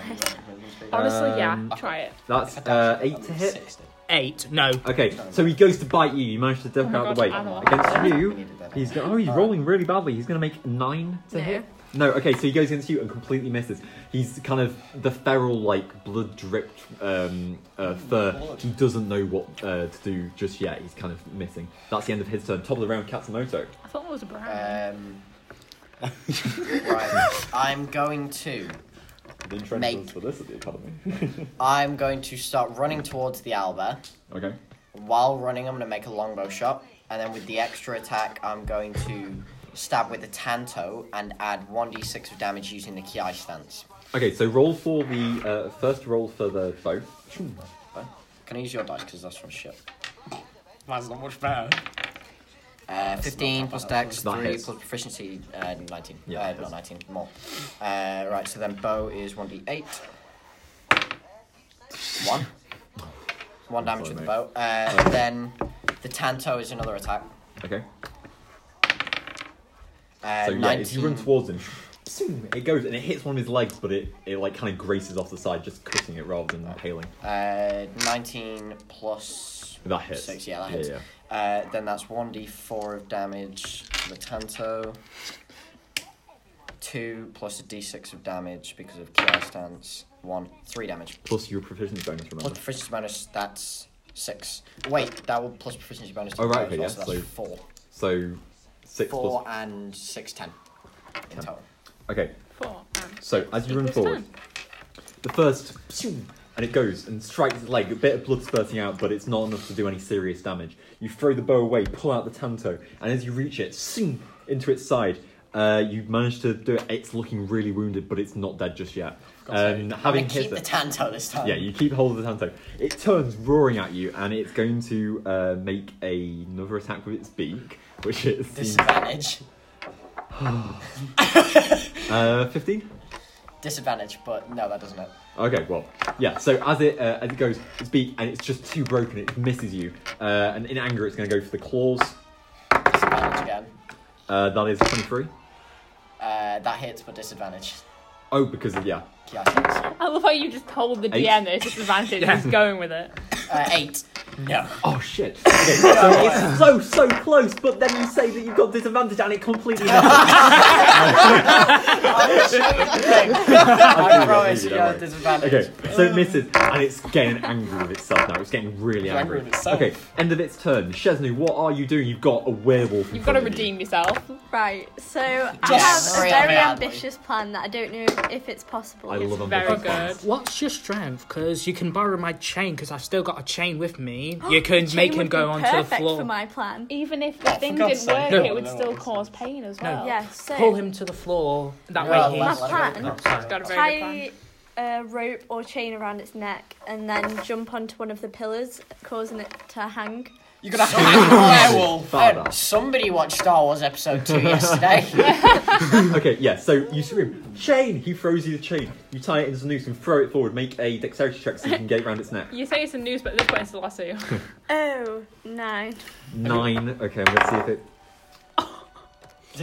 I: Honestly,
F: Um,
I: yeah. Try it.
F: That's uh, eight to hit.
A: Eight, no.
F: Okay, so he goes to bite you. You manage to duck
I: Oh my
F: out of the way.
I: God, I'm alive.
F: Against you, he's go- oh he's rolling really badly. He's going to make nine to
E: No.
F: hit. No, okay, so he goes against you and completely misses. He's kind of the feral, like blood dripped um, uh, fur. He doesn't know what uh, to do just yet. He's kind of missing. That's the end of his turn. Top of the round, Katsumoto.
I: I thought it was a brown.
F: uh,
D: Um, right, I'm going to.
F: The entrance
D: Mate.
F: for this at the academy.
D: I'm going to start running towards the Alba.
F: okay.
D: While running, I'm going to make a longbow shot, and then with the extra attack, I'm going to stab with the Tanto and add 1d6 of damage using the Ki stance.
F: Okay, so roll for the uh, first roll for the bow.
D: Can I use your dice? Because that's from shit.
C: Mine's not much better.
D: Uh, 15 plus dex,
F: That
D: 3
F: hits.
D: plus proficiency, uh, 19.
F: Yeah,
D: uh,
F: it
D: not
F: does.
D: 19, more. Uh, right, so then bow is 1d8. 1. 1 damage with the bow. Uh, then the Tanto is another attack.
F: Okay.
D: Uh,
F: So yeah, if you run
D: 19.
F: towards him, zoom, it goes and it hits one of his legs, but it, it like kind of graces off the side, just cutting it rather than impaling.
D: Uh, 19 plus
F: That hits.
D: 6, yeah, that
F: Yeah,
D: hits.
F: yeah.
D: Uh, then that's 1d4 of damage to the Tanto. 2 plus a d6 of damage because of Ki stance. 1, 3 damage.
F: Plus your proficiency bonus,
D: Plus
F: remember?
D: proficiency bonus, that's 6. Wait, that will plus proficiency bonus. to
F: Oh, right,
D: the
F: okay,
D: bonus,
F: yeah,
D: so that's
F: so
D: 4.
F: So six
D: 4
F: plus.
D: and 6, 10 in total.
F: Okay,
I: Four. Um,
F: so as you run
I: It's
F: forward,
I: fine.
F: the first, zoom, and it goes and strikes his leg. A bit of blood spurting out, but it's not enough to do any serious damage. You throw the bow away, pull out the tanto, and as you reach it, zoom, into its side. Uh, you manage to do it. It's looking really wounded, but it's not dead just yet. Um, having
D: And
F: hit
D: keep
F: it-
D: the Tanto this time.
F: Yeah, you keep hold of the tanto. It turns roaring at you, and it's going to uh, make another attack with its beak, which it seems
D: Disadvantage.
F: uh, fifteen.
D: Disadvantage, but no, that doesn't help.
F: Okay, well, yeah. So as it uh, as it goes, its beak and it's just too broken. It misses you, uh, and in anger, it's going to go for the claws.
D: Disadvantage again.
F: Uh, that is twenty-three.
D: Uh, that hits, but disadvantage.
F: Oh, because of, yeah.
D: Yeah, it hits.
I: I love how you just told the
F: Eight.
I: DM that it's disadvantage. and He's going with it.
D: Uh, eight. No.
F: Oh shit! Okay, so it's so so close, but then you say that you've got disadvantage, and it completely. misses.
D: I
F: it, I'll
D: promise
F: do
D: you,
F: it,
D: yeah,
F: don't
D: disadvantage.
F: Okay, so it misses, and it's getting angry with itself now. It's getting really
D: It's angry
F: angry.
D: with itself.
F: Okay, end of its turn. Shesnu, what are you doing? You've got a werewolf. in
I: You've got to
F: front of you.
I: redeem yourself.
E: Right, so I have
D: Yes,
E: a
D: very
E: very
D: badly.
E: ambitious plan that I don't know if it's possible.
F: I love
I: Very
F: ambitious
I: good.
A: What's your strength? Because you can borrow my chain, because I've still got a chain with me. You can
E: Chain
A: make
E: Oh, would
A: him
E: be
A: go onto the
E: perfect
A: floor.
E: for my plan.
I: Even if the thing
C: God's sake.
I: didn't work,
A: No.
I: it would still cause pain as well.
E: Yeah, so
A: Pull him to the floor. That
D: Well,
A: way
E: my
A: he's.
D: that's-
F: Oh,
E: plan:
I: It's got a very good plan.
E: tie a rope or chain around its neck and then jump onto one of the pillars, causing it to hang.
D: You're gonna have a werewolf.
F: Father.
D: Um, somebody watched Star Wars Episode Two yesterday.
F: Okay, yeah, so you scream, chain! He throws you the chain. You tie it into the noose and throw it forward. Make a dexterity check so you can get it round its neck.
I: You say it's some news, but at this point it's the lasso.
E: Oh, nine.
F: Nine. Okay, I'm gonna see if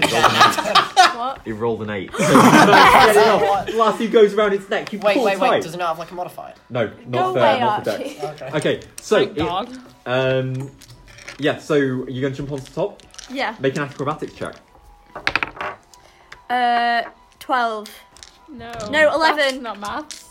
F: it.
E: what?
F: It rolled an eight. So you manage to get it off. Lasso goes around its neck. You
D: wait,
F: pull
D: wait,
F: tight.
D: wait. Does it uh, not have like a modifier?
F: No,
E: Go
F: not fair.
E: away,
F: Not the dex.
E: Archie.
D: Okay.
F: Okay, so
I: Thank
F: it-
I: God.
F: um, yeah, so you're gonna jump onto the top.
E: Yeah.
F: Make an acrobatics check.
E: Uh, twelve.
I: No.
E: No,
I: That's
E: 11.
I: not maths.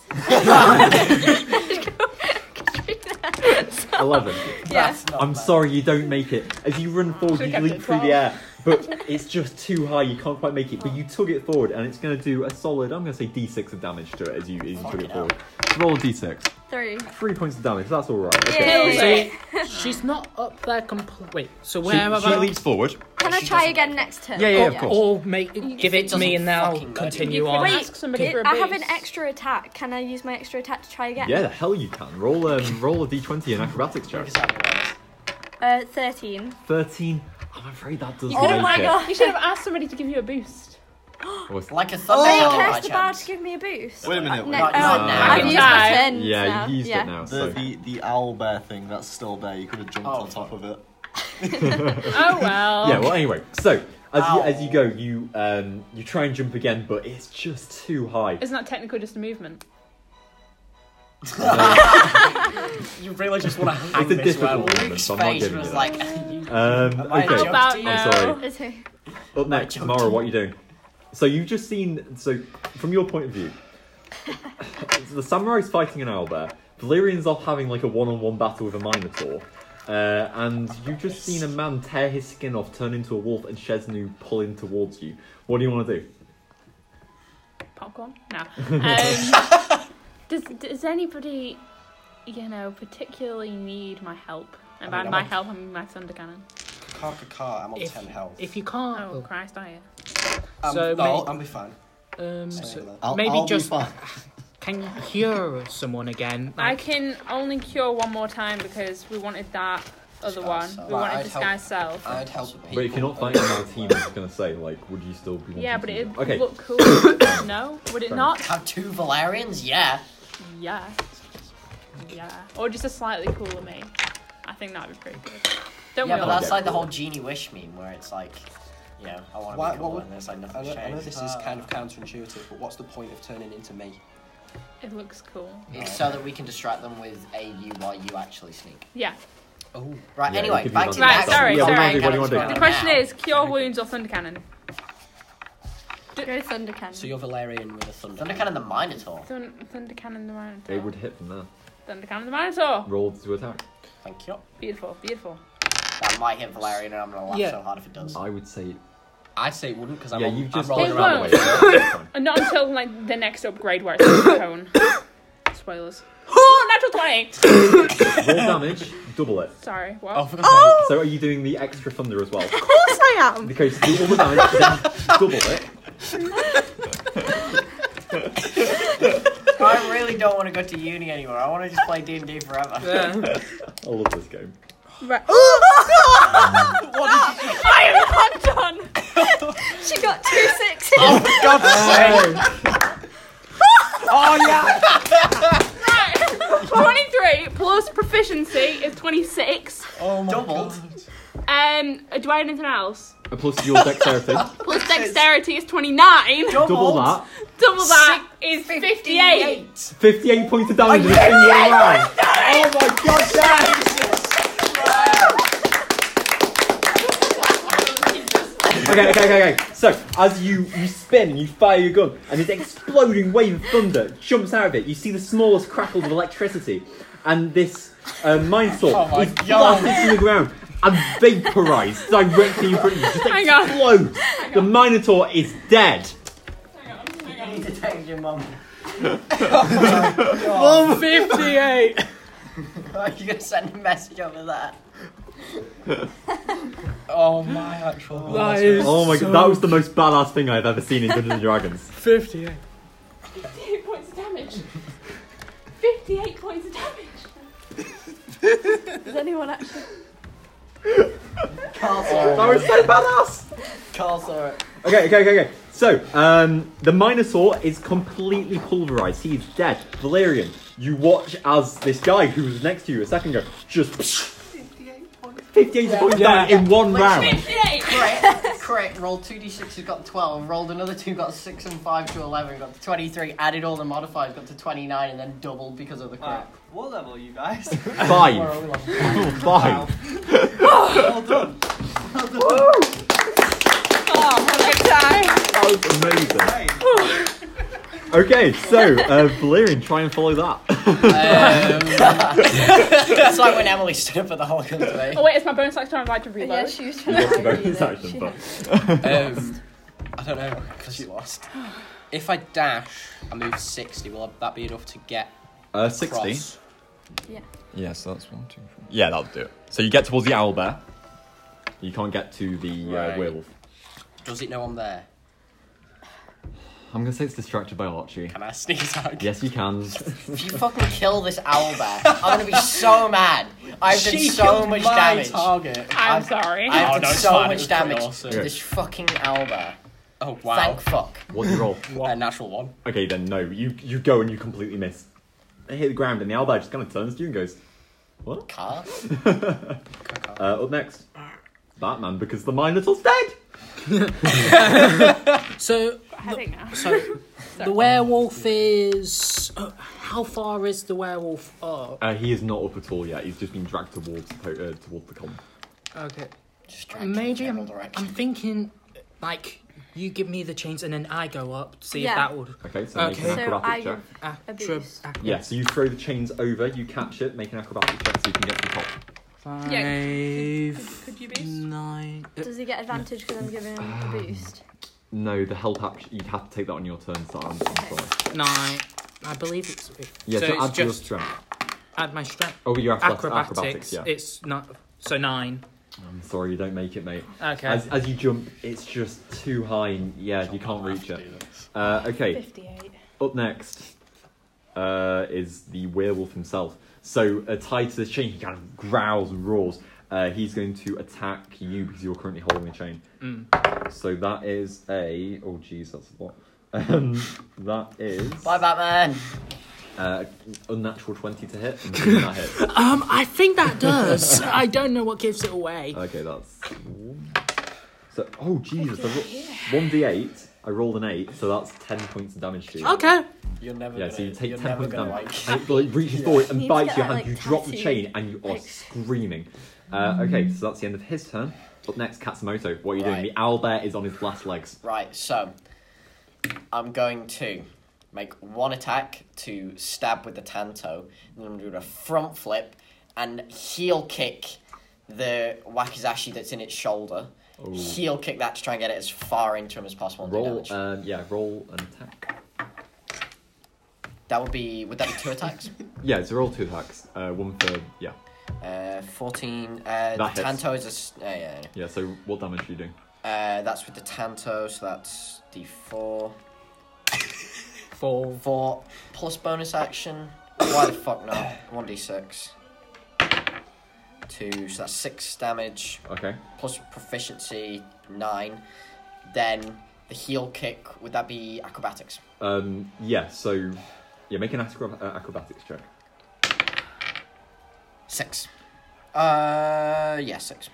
F: Eleven.
E: Yeah.
D: Not
F: I'm
D: bad.
F: sorry you don't make it. As you run forward,
I: Should've
F: you
I: kept
F: leap
I: it
F: through the
I: twelve.
F: air, but it's just too high. You can't quite make it. But you tug it forward, and it's going to do a solid. I'm going to say d6 of damage to it as you as you tug
D: Fucking
F: it forward. Roll a d6.
E: Three.
F: Three points of damage. That's all right. Okay.
E: Yay.
A: So she's not up there complete. Wait, so
F: She-
A: where am
F: she
A: I?
F: leaps forward.
E: Can I
D: She
E: try
D: doesn't
E: again next turn?
F: Yeah, yeah, of course.
A: Or make give it to
D: doesn't
A: me and now
D: fucking matter.
A: continue
I: You
A: on.
I: can ask somebody
E: It-
I: for a
E: I have an
I: boost.
E: extra attack. Can I use my extra attack to try again?
F: Yeah, the hell you can. Roll um, roll a d20 and acrobatics check.
E: Uh,
F: Oh,
E: thirteen.
F: Thirteen. I'm afraid that doesn't
E: Oh
F: make
E: my
F: it.
E: god.
I: You should have asked somebody to give you a boost.
F: Was-
D: Like a
E: Are
D: thunder.
E: you
D: Oh,
E: cursed the bar to give me a boost?
H: Wait a minute.
E: No,
H: Wait.
D: Not-
E: oh,
D: not now.
E: I've used my
I: Now.
E: turns
F: Yeah,
E: now.
F: you've used
E: yeah.
F: it
D: uh,
F: now.
H: The,
F: So.
H: the the owl bear thing that's still there. You could have jumped
D: Oh,
H: on top of it.
I: Oh well.
F: Yeah. Well, anyway. So as you,
D: Ow.
F: as you go, you um you try and jump again, but it's just too high.
I: Isn't that technically just a movement?
D: You really just want to hang
F: It's a
D: this
F: difficult
D: werewolf.
F: one,
D: Luke's
F: so I'm not
D: face
F: giving
D: was
F: you
D: like,
F: Um,
D: Am I
F: okay.
I: How about
D: I'm
I: no?
E: Oh,
F: sorry.
E: Okay.
F: Up next,
D: joking.
F: Mara, what are you doing? So you've just seen. So from your point of view, the samurai's fighting an owlbear. Valyrian's off having like a one-on-one battle with a minotaur, uh, and you've just seen a man tear his skin off, turn into a wolf, and Shesnu pull him towards you. What do you want to do?
I: popcorn? No. Um, does Does anybody, you know, particularly need my help? And by
D: mean, I'm
I: my
D: on-
I: help, I mean my thunder cannon.
C: Can't car, I'm on
A: If,
C: 10 health.
A: if you can't,
I: Oh Christ, are you?
C: Um,
A: so
C: no,
A: may-
C: I'll- I'll be fine.
A: um,
C: Sorry
A: so-
C: about that.
H: I'll,
A: Maybe
H: I'll
A: just-
H: Be fine.
A: can you cure someone again?
I: I
A: Like,
I: can only cure one more time because we wanted that other one.
D: Disguise self.
I: We
C: Well,
I: wanted
C: I'd
I: disguise self.
C: I'd help people.
F: But if you're not fighting another team, I'm just gonna say like, would you still be? wanting
I: Yeah, but
F: to-
I: it'd
F: okay.
I: look cool. no, would it
F: Fair
I: not?
D: have two Valerians? Yeah.
I: Yeah. Yeah. Or just a slightly cooler me. I think that'd be pretty good. Don't
D: Yeah,
I: we
D: but
I: all?
D: that's like the whole genie wish meme where it's like, you know, I want
C: Why-
D: to be cool
C: what-
D: and it's like
C: I
D: nothing's
C: know, I know
D: changed.
C: this is kind of counterintuitive, but what's the point of turning into me?
I: It looks cool.
D: It's so that we can distract them with AU while you actually sneak.
I: Yeah.
C: Oh,
D: Right,
F: Yeah,
D: anyway,
F: give me
D: back to
I: another one.
D: the action.
I: Right,
D: We've got
I: sorry,
D: the
F: sorry. Yeah,
D: cannons
F: what do you want to do?
D: going
I: The question
D: now.
I: is, cure wounds or thunder cannon?
E: Go Thunder Cannon.
C: so you're Valerian with a thunder.
D: Thunder Cannon the Minotaur.
I: Thun- Thunder cannon the minotaur.
F: It would hit from there.
I: Thunder cannon the minotaur.
F: Roll to attack.
D: Thank you.
I: Beautiful, beauul
D: That might hit Valerian, and I'm gonna laugh
A: Yeah.
D: so hard if it does.
F: I would say.
C: I say it wouldn't because I'm,
F: Yeah,
C: on-
F: you've
C: I'm
F: just
C: rolling
I: It
C: around.
I: won't.
F: That's fine.
I: And Uh, not until like the next upgrade where it's a cone. Spoilers. Oh, natural twenty.
F: Roll damage, double it.
I: Sorry. What?
D: Oh,
F: So are you doing the extra thunder as well?
J: Of course I am.
F: Okay, so do all the damage, then double it.
D: I really don't want to go to uni anymore. I want to just play D and D forever.
F: I love this game.
J: Right. Oh,
E: I am
F: Oh,
E: not done. she got two sixes.
D: God's sake! Oh yeah!
I: Right. 23 plus proficiency is 26.
D: Oh my Doubled.
I: Um, do I have anything else?
F: Uh, Plus your dexterity.
I: Plus dexterity is 29.
F: Double that.
I: Double that is 58.
F: 58 points of damage in a single round.
D: Oh my god, yes!
F: Oh Okay, okay, okay, okay. So, as you, you spin and you fire your gun, and this exploding wave of thunder jumps out of it, you see the smallest crackles of electricity, and this uh, mine
D: Oh
F: sword
D: my
F: is
D: God.
F: blasted to the ground and vaporized directly in front of you. Just
I: Hang on.
F: explodes. The Minotaur is dead.
D: You need to text your mum.
A: 58!
D: Are you gonna send a message over that? oh my actual god.
A: That is
F: Oh my
A: so
F: god, that was the most badass thing I've ever seen in Dungeons and Dragons.
A: 58.
I: 58 points of damage. 58 points of damage.
E: Does anyone actually?
D: Carl saw it.
F: was so badass!
D: Carl saw it.
F: Okay, okay, okay, okay. So, um, the Minosaur is completely pulverized. He is dead. Valerian, you watch as this guy who was next to you a second ago just. 58 points
A: Yeah.
F: down in one round.
I: 58.
D: Correct. Correct. Rolled two d6s, got 12. Rolled another two, got 6 and 5 to 11. Got to 23. Added all the modifiers, got to 29, and then doubled because of the crit.
H: Alright, what level are you guys?
D: Where are
F: Five.
D: we left?
H: Wow.
F: Five.
H: well done.
I: Oh, what a good time.
F: That was amazing.
H: Hey,
F: Okay, so, uh, Valerian, try and follow that.
D: Um, it's like when Emily stood up at the whole country.
I: Oh, wait, it's my bonus action. I'd like to reload.
E: Yeah, she was
F: you
E: trying
F: got
E: to
F: to bonus action, but.
C: Um, I don't know because you lost. If I dash, I move sixty. Will that be enough to get
F: Uh, 16.
C: cross?
F: Yeah, so that's one, two, three. Yeah, that'll do it. So you get towards the owl bear. You can't get to the uh,
C: Right.
F: werewolf.
C: Does it know I'm there?
F: I'm gonna say it's distracted by archery.
C: Can I sneak out?
F: Yes, you can.
D: If you fucking kill this owl bear, I'm gonna be so mad. I've done
C: She
D: so
C: killed
D: much
C: my
D: damage.
C: target.
I: I'm
D: I've-
I: sorry.
D: I've
C: Oh,
D: done
C: no, it's
D: so
C: fine, it
D: much
C: was pretty
D: damage
C: awesome.
D: to this fucking owl bear.
C: Oh wow!
D: Thank fuck.
F: What do you roll?
C: A natural one.
F: okay, then no. You you go and you completely miss. They hit the ground, and the owl bear just kind of turns to you and goes, "What?"
D: Carl.
F: Uh, up next, Batman, because the Minotaur's dead.
A: So,
I: Heading now.
A: so the werewolf is. Uh, how far is the werewolf up?
F: Uh, he is not up at all yet. He's just been dragged towards the po- uh, towards the column.
A: Okay.
D: Just drag it in
A: Maybe
D: general
A: I'm,
D: direction.
A: I'm thinking, like, you give me the chains and then I go up to see
E: Yeah.
A: if that would.
F: Okay, so make
A: Okay.
F: an
A: So
F: acrobatic
E: I-
F: check.
A: Acro-
E: Abuse.
A: acro-
F: Yeah, so you throw the chains over, you catch it, make an acrobatic check so you can get to the top.
A: Five.
I: Yeah, Could, could you be?
A: Nine. uh,
E: Does he get advantage because I'm giving
F: Ah.
E: him a boost?
F: No, the help action. You'd have to take that on your turn, so I'm, I'm sorry.
A: nine. I believe it's.
F: Yeah,
A: so
F: so
A: it's
F: add to your
A: just
F: strength.
A: add my strength.
F: Oh, your acrobatics.
A: Acrobatics.
F: acrobatics yeah.
A: It's not. So nine.
F: I'm sorry, you don't make it, mate.
A: Okay.
F: As, as you jump, it's just too high. And, yeah, you can't reach it. Uh, okay,
I: 58.
F: up next uh, is the werewolf himself. So uh, tied to this chain, he kind of growls and roars. Uh, he's going to attack you because you're currently holding the chain. So that is a oh jeez, that's a lot. Um, that is
D: Bye, Batman.
F: uh, unnatural twenty to hit. and that hits.
A: Um, I think that does. I don't know what gives it away.
F: Okay, that's. So, oh Jesus! I ro- one d eight. I rolled an eight, so that's ten points of damage to you.
A: Okay.
D: You're never
F: Yeah,
D: gonna.
F: so you take
D: are
F: ten
D: never
F: points of
D: gonna
F: damage.
D: like.
F: And it like, reaches forward
E: Need
F: and
E: to
F: bites
E: get
F: your
E: that,
F: hand.
E: like,
F: You drop the
E: tattoo.
F: chain, and you are
E: Like- Mm-hmm.
F: screaming. Uh, okay, so that's the end of his turn. Up next, Katsumoto. What are you doing?
D: Right.
F: The owl bear is on his last legs.
D: Right, so I'm going to make one attack to stab with the tanto, and then I'm doing a front flip and heel kick the wakizashi that's in its shoulder. Heel kick that to try and get it as far into him as possible. And do
F: Roll,
D: damage.
F: um, yeah, roll an attack.
D: that would be would that be two attacks?
F: Yeah, it's a roll two attacks. Uh, one for yeah,
D: Uh, fourteen. Uh, the
F: That hits.
D: tanto is a s- uh, yeah,
F: yeah. So what damage are you doing?
D: yeah. Uh, that's with the tanto, so that's d four.
A: Four.
D: Four plus bonus action. Why the fuck not? One d six. Two, so that's six damage
F: Okay.
D: plus proficiency nine. Then the heel kick. Would that be acrobatics?
F: Um, yeah, so Yeah, make an acro- uh, acrobatics check.
D: Six. Uh, yeah, six.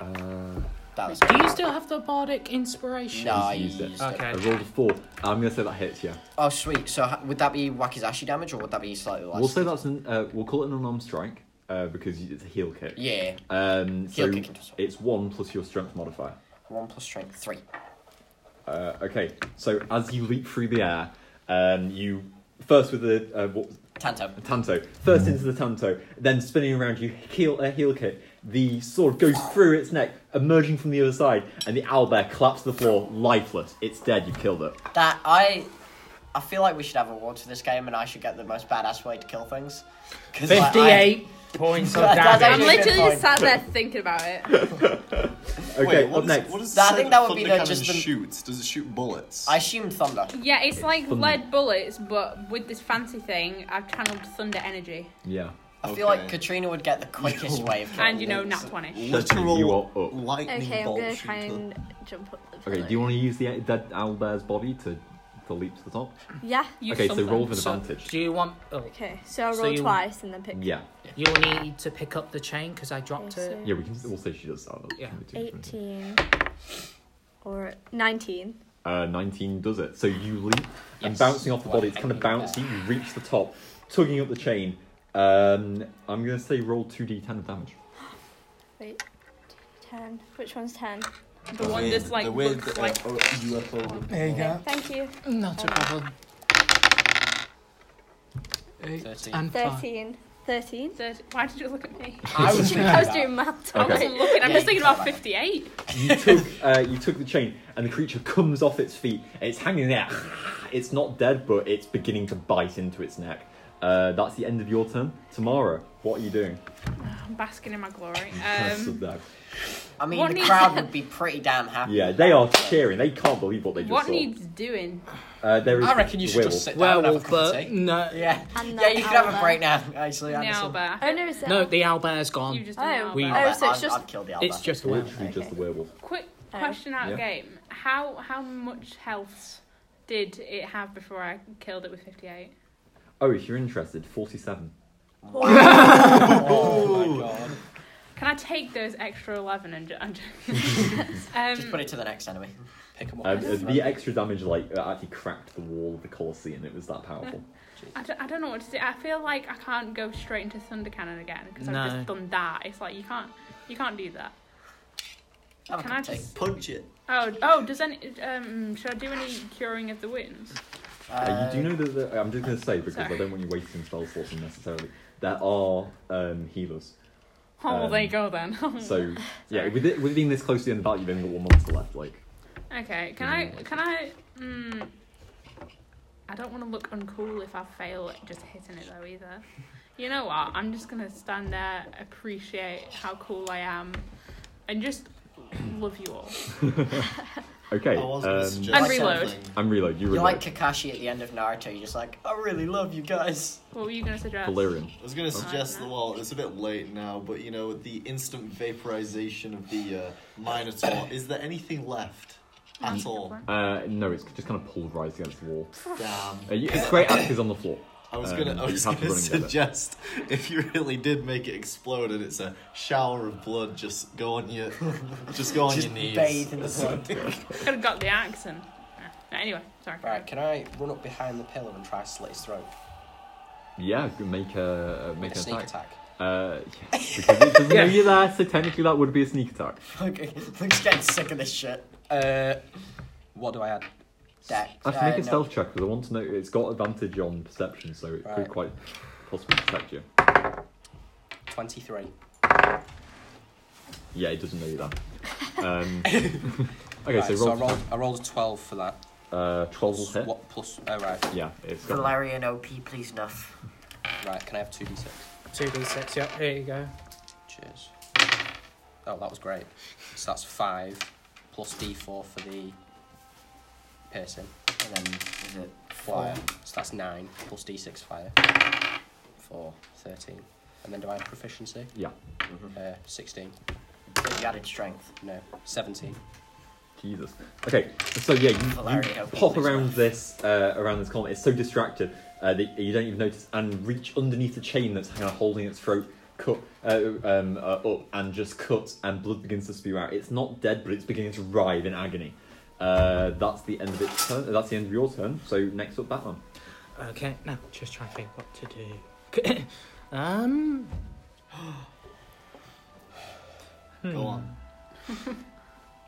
F: Uh,
D: That was
A: Do you still have the bardic inspiration?
D: No, I
F: used it.
D: used it.
A: Okay.
F: I rolled a four. I'm gonna say that hits you.
D: Oh, sweet. So ha- would that be Wakizashi damage or would that be slightly less?
F: We'll say that's an. Uh, we'll call it an unarmed strike uh, because it's a heel kick.
D: Yeah.
F: Um,
D: Heel
F: so
D: kick into assault.
F: it's one plus your strength modifier.
D: One plus strength, three.
F: Uh, okay, so as you leap through the air, um, you first with the uh, what,
D: Tanto.
F: tanto, first into the tanto, then spinning around, you heel a heel kick. The sword goes through its neck, emerging from the other side, and the owlbear claps to the floor, lifeless. It's dead. You killed it.
D: That, I. I feel like we should have awards for this game and I should get the most badass way to kill things. 'Cause, like, I-
A: Fifty-eight points of
D: That- that's
I: I'm
A: damage.
D: actually-
I: literally
D: Good
I: just sat there thinking about it.
F: Okay,
H: Wait, what
F: up
H: is-
F: next.
H: What is
D: That- I think that would be
H: thunder
D: the-
H: cannon
D: just the-
H: shoots. Does it shoot bullets?
D: I assume thunder.
I: Yeah, it's like
F: Thunder.
I: lead bullets, but with this fancy thing, I've channeled thunder energy.
F: Yeah.
D: I feel like
H: Okay.
D: Katrina would get the quickest way of killing
I: And you know,
D: things.
I: nat 20.
H: literal
F: You are up.
H: lightning
E: Okay, I'm
H: bolt
E: gonna
H: shooter.
E: try and jump up. The
F: Okay, do you want to use the dead owlbear's body to, to leap to the top?
E: to? Yeah.
I: Use
F: okay,
I: something.
F: so roll with
A: So,
F: advantage.
A: do you want? Oh,
E: Okay, so I'll
A: So
E: roll
A: you-
E: twice and then pick.
F: Yeah,
A: you'll need to pick up the chain because I dropped
E: Okay,
A: it.
F: yeah, we can. We'll say she does that.
A: Yeah.
E: Eighteen or nineteen.
F: Uh, 19 does it. So you leap and
D: Yes.
F: bouncing off the body, it's kind of
D: Well, I
F: bouncy. You reach the top, tugging up the chain. Um, I'm gonna say roll 2d10 of damage.
E: Wait, ten. Which one's ten?
I: The one
H: Weird-
I: that's like
H: the weird,
I: looks
H: uh,
I: like
H: uh, UFO.
A: There you
E: Okay, thank you.
A: Not a problem. Eight
D: Thirteen.
A: and five.
E: Thirteen. Thirteen.
I: Thirty- Why did you look at me?
D: I was thinking
E: I was
D: that.
E: doing math.
I: I
F: Okay.
I: wasn't looking. I'm
D: Yeah,
I: just
D: you
I: thinking
D: can't
I: about
D: like-
I: 58.
F: You took, uh, you took the chain, and the creature comes off its feet. And it's hanging there. It's not dead, but it's beginning to bite into its neck. Uh, that's the end of your turn. Tamara, what are you doing?
I: I'm basking in my glory.
F: Kinda stood
I: Um,
F: there.
D: I mean,
I: What
D: the
I: needs-
D: crowd would be pretty damn happy.
F: yeah, they are cheering. They can't believe what they just
I: what
F: saw.
I: needs doing?
F: Uh, there is
C: I reckon you should
F: will.
C: just sit down and have
A: Werewolf,
C: a cup of
A: but
C: tea.
A: no,
D: Yeah.
E: And
D: yeah,
E: the
D: you could have a
E: owlbear.
D: breakdown, actually.
I: Now,
D: Anderson.
I: but
E: Oh no, is it?
A: no, the owlbear's gone.
I: you just
E: Oh,
I: done
E: we-
I: that.
E: Oh, so
D: I've-
E: it's just-
D: I've killed the
A: it's
D: Alba.
A: just a werewolf.
F: Literally just the werewolf.
I: Quick
E: Oh.
I: question out of
F: Yeah.
I: game. How how much health did it have before I killed it with 58?
F: Oh, if you're interested, 47.
C: Oh my god.
I: Can I take those extra 11 and, ju- and ju-
D: Just
I: um,
D: put it to the next enemy.
C: Pick 'em
F: Uh,
C: up.
F: the the extra damage like uh, actually cracked the wall of the Colosseum. It was that powerful.
I: I, don't, I don't know what to do. I feel like I can't go straight into Thunder Cannon again because
A: No.
I: I've just done that. It's like you can't you can't do that.
D: Have a
I: Can
D: cup
I: I
D: of tea.
I: just-
H: Punch it.
I: Oh oh, does any um should I do any curing of the wounds?
F: Uh, you do know that the, I'm just going to say because I
I: Sorry.
F: don't want you wasting spell slots unnecessarily. There are um, healers.
I: Oh, well, there you
F: Um,
I: go then.
C: Hmm.
F: So yeah, with it, with it being this close to the end of the battle, you've only got one monster left. Like
I: Okay, can I? Can I? Mm, I don't want to look uncool if I fail at just hitting it though either. You know what? I'm just gonna stand there, appreciate how cool I am, and just love you all.
F: okay,
H: I was gonna
F: um,
H: suggest
I: And reload.
H: something.
F: I'm reload. You
D: You're
F: reload.
D: like Kakashi at the end of Naruto. You're just like, I really love you guys.
I: What were you gonna suggest?
F: Valyrian.
H: I was gonna suggest that well, it's a bit late now, but you know, the instant vaporization of the uh, Minotaur. is there anything left at all?
F: Uh, no, it's just kind of pulverized against the wall.
H: Damn.
F: Uh, you- it's great actors on the floor.
H: I was
F: Um,
H: gonna, I
F: you
H: was
F: have to
H: gonna
F: run and get it.
H: suggest if you really did make it explode and it's a shower of blood, just go on your, just go on
D: Just
H: your knees.
D: bathe in
H: or
D: the
H: something.
I: Could have got the accent.
B: Ah,
I: No, anyway, sorry.
C: Right, can I run up behind the pillar and try to slit his throat?
F: Yeah, you can make a make
C: With a
F: an
C: sneak
F: attack.
C: attack.
F: Uh, yeah, because it doesn't know you're there, so technically that would be a sneak attack.
D: Okay, Luke's getting sick of this shit.
C: Uh, what do I add?
D: Deck.
F: I have to
D: Uh,
F: make a
D: no.
F: stealth check because I want to know it's got advantage on perception, so it could
C: Right.
F: quite possibly protect you.
C: 23.
F: Yeah, it doesn't know you're there. Um, okay,
C: right,
F: so
C: so I
F: roll
C: rolled, I rolled a 12 for that.
F: uh, twelve will hit.
C: What plus? Oh, right.
F: Yeah, it's got.
D: Valerian OP, please, enough.
C: Right, can I have 2d6?
A: Two d six. Yep. Here you go.
C: Cheers. Oh, that was great. So that's 5 plus d4 for the piercing.
D: And then, is it
C: Fire.
D: fire?
C: So that's 9 plus d6 fire. 4, 13. And then do I have proficiency?
F: Yeah, Mm.
C: Uh, 16.
D: You added strength.
C: No, 17.
F: Jesus. Okay, so yeah, you, you
D: Valerian OP,
F: pop
D: please,
F: around
D: enough.
F: this uh, around this column. It's so distracted. uh, that you don't even notice, and reach underneath the chain that's kind of holding its throat cut uh, um, uh, up and just cuts, and blood begins to spew out. It's not dead, but it's beginning to writhe in agony. Uh, that's the end of its turn. uh, That's the end of your turn. So next up, Batman.
A: Okay, now just try to think what to do. um.
H: Go on.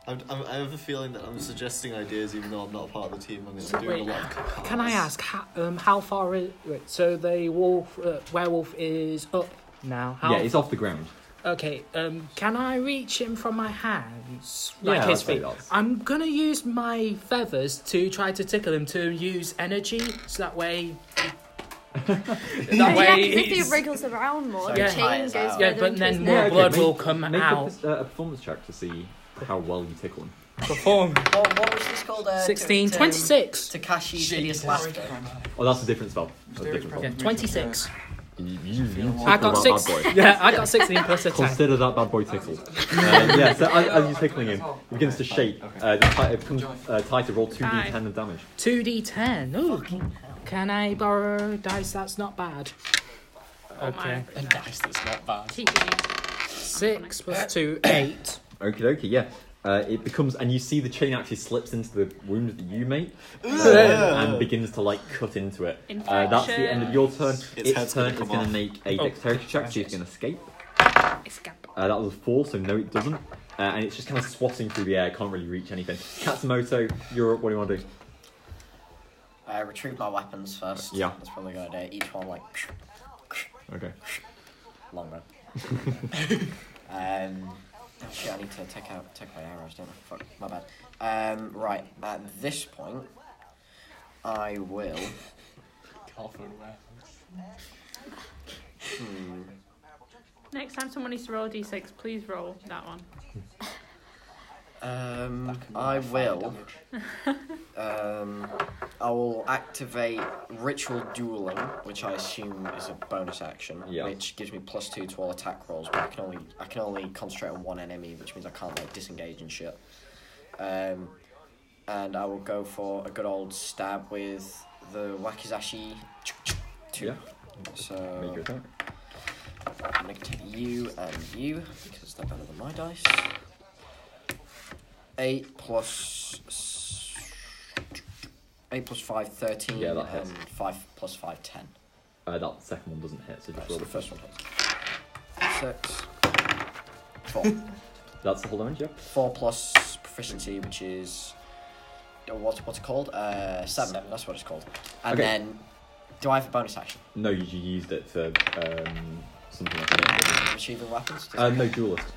H: I'm, I'm, I have a feeling that I'm suggesting ideas even though I'm not a part of the team. I mean,
A: So
H: I'm doing
A: wait,
H: a lot of concoctions.
A: Can I ask how, um, how far is wait, so the wolf uh, werewolf is up now? How,
F: Yeah, it's off the ground.
A: okay. Um, can I reach him from my hands, like
F: Yeah,
A: his
F: I'd say
A: feet?
F: that's-
A: I'm gonna use my feathers to try to tickle him to use energy, so that way. that
E: yeah,
A: way.
E: because if he
A: he's-
E: wriggles around more,
C: So
E: the
A: Yeah.
E: chain
C: tires
E: goes
C: out.
A: Yeah,
E: further
A: but
E: into
A: then
E: his
A: more
E: neck.
A: blood will come
F: make
A: out.
F: A, uh, a performance check to see how well you tickle him.
A: perform.
C: What, what was this called? Uh,
A: 16, 26.
C: Takashi's hideous laughter.
F: Oh, that's a different spell. That's a different spell.
A: Yeah, 26.
F: You, you, you tickle
A: I got
F: that
A: six.
F: bad boy.
A: Yeah, I got 16 plus attack.
F: Consider that bad boy tickled. um, yeah, so as, as you're tickling him, it begins to shake. Uh, the ti- it becomes uh, tighter, roll 2d10 of damage.
A: 2d10. Ooh. Can I borrow dice? That's not bad. Okay.
B: Oh my goodness.
C: Guys, that's not bad.
B: Cheeky.
A: 6 plus 2, 8.
F: Okie dokie, yeah. Uh, it becomes, and you see the chain actually slips into the wound that you make um, and begins to like cut into it. Uh, that's the end of your turn. Its,
H: head's
F: turn
H: gonna
F: is
H: come
F: going
H: off.
F: to make a dexterity check, see if it can escape.
B: It's Gabba.
F: Uh, that was a four, so no, it doesn't. Uh, and it's just kind of swatting through the air, can't really reach anything. Katsumoto, you're up, what do you want to do?
C: I retrieve my weapons first.
F: Yeah.
C: That's probably a good
D: uh,
C: idea. Each one, like,
F: Okay.
C: long run. um, oh shit, I need to take out take my arrows, don't I? Fuck, my bad. Um, right, at this point, I will.
B: Next time someone needs to roll a d6, please roll that one.
C: Um, I will. um, I will activate ritual dueling, which I assume is a bonus action,
F: Yeah.
C: which gives me plus two to all attack rolls. But I can only I can only concentrate on one enemy, which means I can't like disengage and shit. Um, and I will go for a good old stab with the wakizashi. Two.
F: Yeah.
C: So
F: Make your attack.
C: I'm gonna take you and you because they're better than my dice. Eight plus s- eight plus five, thirteen.
F: Yeah, that
C: and
F: hits.
C: Five plus five, ten.
F: Uh, that second one doesn't hit, so just
C: That's
F: roll
C: the
F: the
C: first one. Six. Four.
F: That's the whole damage, yeah.
C: Four plus proficiency, which is uh, what what's it called? Uh, seven. That's what it's called. And
F: Okay.
C: then, do I have a bonus action?
F: No, you, you used it for um, something like that.
C: Retrieving weapons. Does-
F: Uh, no, duelist.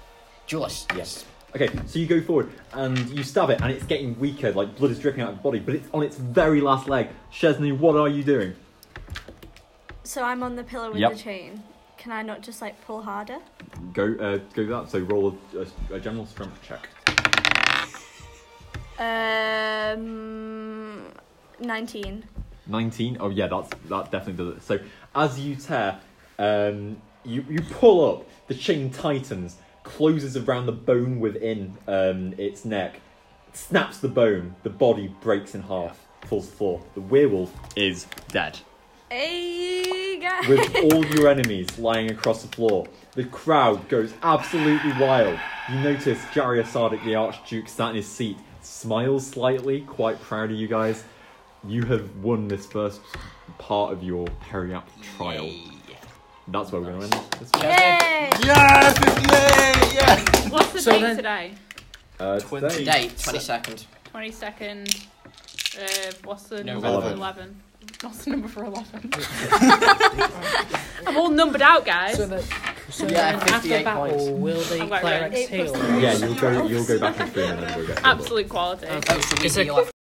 C: Duelist. Yes.
F: Okay, so you go forward and you stab it, and it's getting weaker, like blood is dripping out of its body, but it's on its very last leg. Chesney, what are you doing?
E: So I'm on the pillar with
F: Yep.
E: the chain. Can I not just like pull harder?
F: Go, uh, go that. So roll a, a, a general strength check.
E: Um, nineteen.
F: 19 oh yeah that's that definitely does it so as you tear um you you pull up the chain tightens closes around the bone within um its neck snaps the bone the body breaks in half falls to the floor the werewolf is dead
E: Hey guys.
F: with all your enemies lying across the floor. The crowd goes absolutely wild. You notice Jari Sardic, the Archduke, sat in his seat, smiles slightly, quite proud of you guys. You have won this first part of your Periap trial. That's where we're going to end this. one.
E: Yay!
H: Yeah, 58! Yeah!
B: What's the
A: So
B: date
A: then-
B: today?
F: Uh,
H: Twenty.
F: today-
C: Today, twenty second.
B: 22nd. Uh, what's the number
F: November.
B: for 11? What's the number for 11? I'm all numbered out, guys.
A: So, that, so
C: Yeah,
A: then
C: 58
A: after battle,
C: points.
A: will the
B: I've got it right.
A: clerics
E: Eight plus
A: heal?
E: three.
F: Yeah, you'll go. You'll go back in three and then we'll get.
B: Absolute quality.
C: Oh, so we
A: It's a-
C: heal after